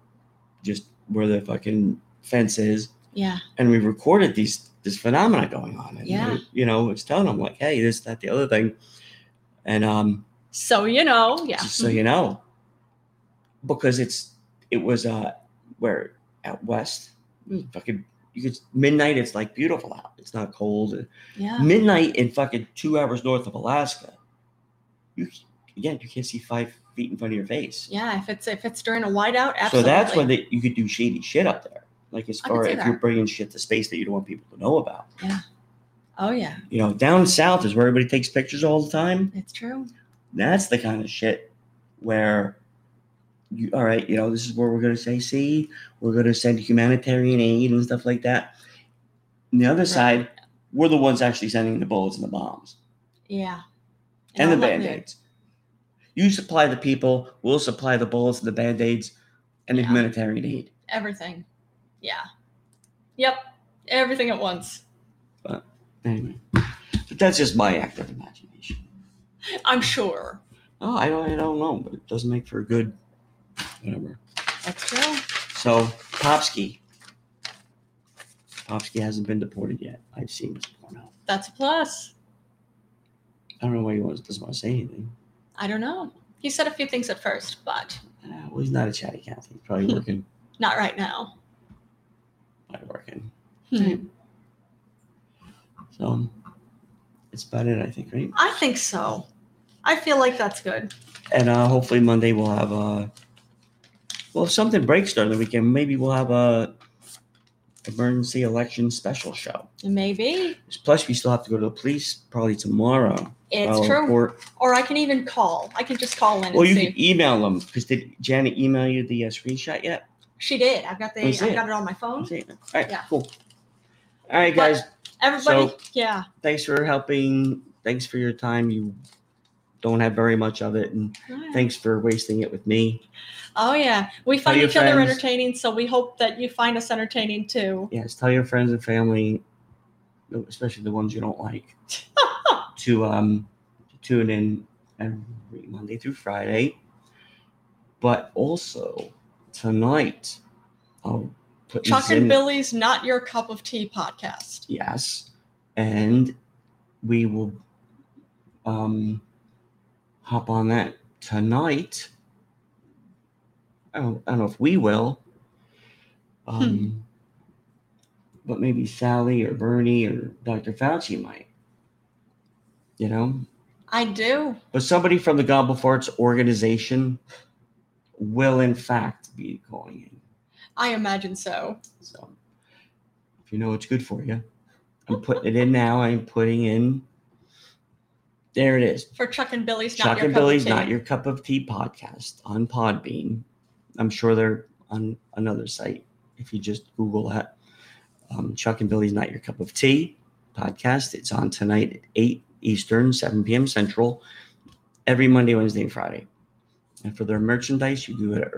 S2: just where the fucking fence is
S1: Yeah.
S2: and we recorded these this phenomena going on. And
S1: Yeah.
S2: you know, it's telling them like, hey, this, that, the other thing. And um,
S1: So you know, yeah.
S2: just so you know, because it's it was uh where out west, mm, fucking you could midnight. It's like beautiful out. It's not cold.
S1: yeah.
S2: Midnight in fucking two hours north of Alaska. You again, you can't see five feet in front of your face.
S1: Yeah. If it's if it's during a whiteout, absolutely.
S2: So that's when they, you could do shady shit up there. Like as
S1: I could
S2: far
S1: see
S2: if
S1: that.
S2: you're bringing shit to space that you don't want people to know about.
S1: Oh yeah,
S2: You know, down south is where everybody takes pictures all the time.
S1: it's true.
S2: That's the kind of shit where you all right, you know, this is where we're gonna say, see, we're gonna send humanitarian aid and stuff like that. On the other side, we're the ones actually sending the bullets and the bombs.
S1: Yeah.
S2: and,
S1: I
S2: the
S1: love
S2: band aids. You supply the people, we'll supply the bullets and the band aids and the
S1: Yeah.
S2: humanitarian aid.
S1: the- Everything. Yeah. Yep. Everything at once.
S2: Anyway, but that's just my act of imagination.
S1: I'm sure.
S2: Oh, I don't, I don't know, but it doesn't make for a good whatever.
S1: That's true.
S2: So Popsky, Popsky hasn't been deported yet. I've seen this porno.
S1: That's a plus.
S2: I don't know why he wants, doesn't want to say anything.
S1: I don't know. He said a few things at first, but
S2: Uh, well, he's not a chatty cat. He's probably working.
S1: not right now.
S2: probably working.
S1: Hmm.
S2: So it's about it, I think, right?
S1: I think so. I feel like that's good.
S2: and uh, hopefully Monday we'll have uh well if something breaks during the weekend maybe we'll have a emergency election special show
S1: Maybe.
S2: plus we still have to go to the police probably tomorrow
S1: It's
S2: file a
S1: true.
S2: report.
S1: Or I can even call. I can just call in and
S2: well you
S1: see.
S2: can email them because did Janet email you the uh, screenshot yet
S1: She did. I've got the.
S2: Let's see
S1: I've
S2: it.
S1: got it on my phone.
S2: all right
S1: Oh. Yeah.
S2: cool all right
S1: But-
S2: guys
S1: Everybody.
S2: So-
S1: yeah.
S2: thanks for helping thanks for your time you don't have very much of it and thanks for wasting it with me
S1: Oh yeah. We
S2: Tell
S1: find
S2: your
S1: each other
S2: friends.
S1: entertaining, so we hope that you find us entertaining too.
S2: yes, tell your friends and family, especially the ones you don't like, to um to tune in every Monday through Friday. But also tonight, I'll put
S1: Chuck
S2: this in.
S1: and Billy's Not Your Cup of Tea podcast.
S2: Yes, and we will um hop on that tonight. I don't, I don't know if we will. Um, But maybe Sally or Bernie or Dr. Fauci might. You know,
S1: I do.
S2: but somebody from the Gobble Farts organization will, in fact, be calling in.
S1: I imagine so.
S2: So if you know what's good for you, I'm putting it in now. I'm putting in. There it is.
S1: For Chuck and Billy's Not
S2: Chuck
S1: Your
S2: and
S1: Cup
S2: Billy's
S1: of Tea.
S2: Not Your Cup of Tea podcast on Podbean. I'm sure they're on another site. If you just Google that, um, Chuck and Billy's Not Your Cup of Tea podcast. It's on tonight at 8 Eastern, 7 p.m. Central, every Monday, Wednesday, and Friday. And for their merchandise, you can go to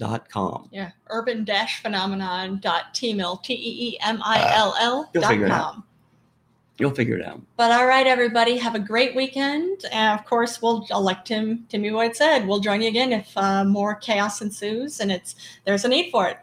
S2: urbanphenomenonteamill.com.
S1: yeah. Urban dash phenomenon dot T-mill, T-E-E-M-I-L-L
S2: You'll
S1: dot
S2: figure it out.
S1: com.
S2: You'll figure it out.
S1: But all right, everybody, have a great weekend. And of course, we'll elect Tim. Timmy White said, we'll join you again if uh, more chaos ensues and it's there's a need for it.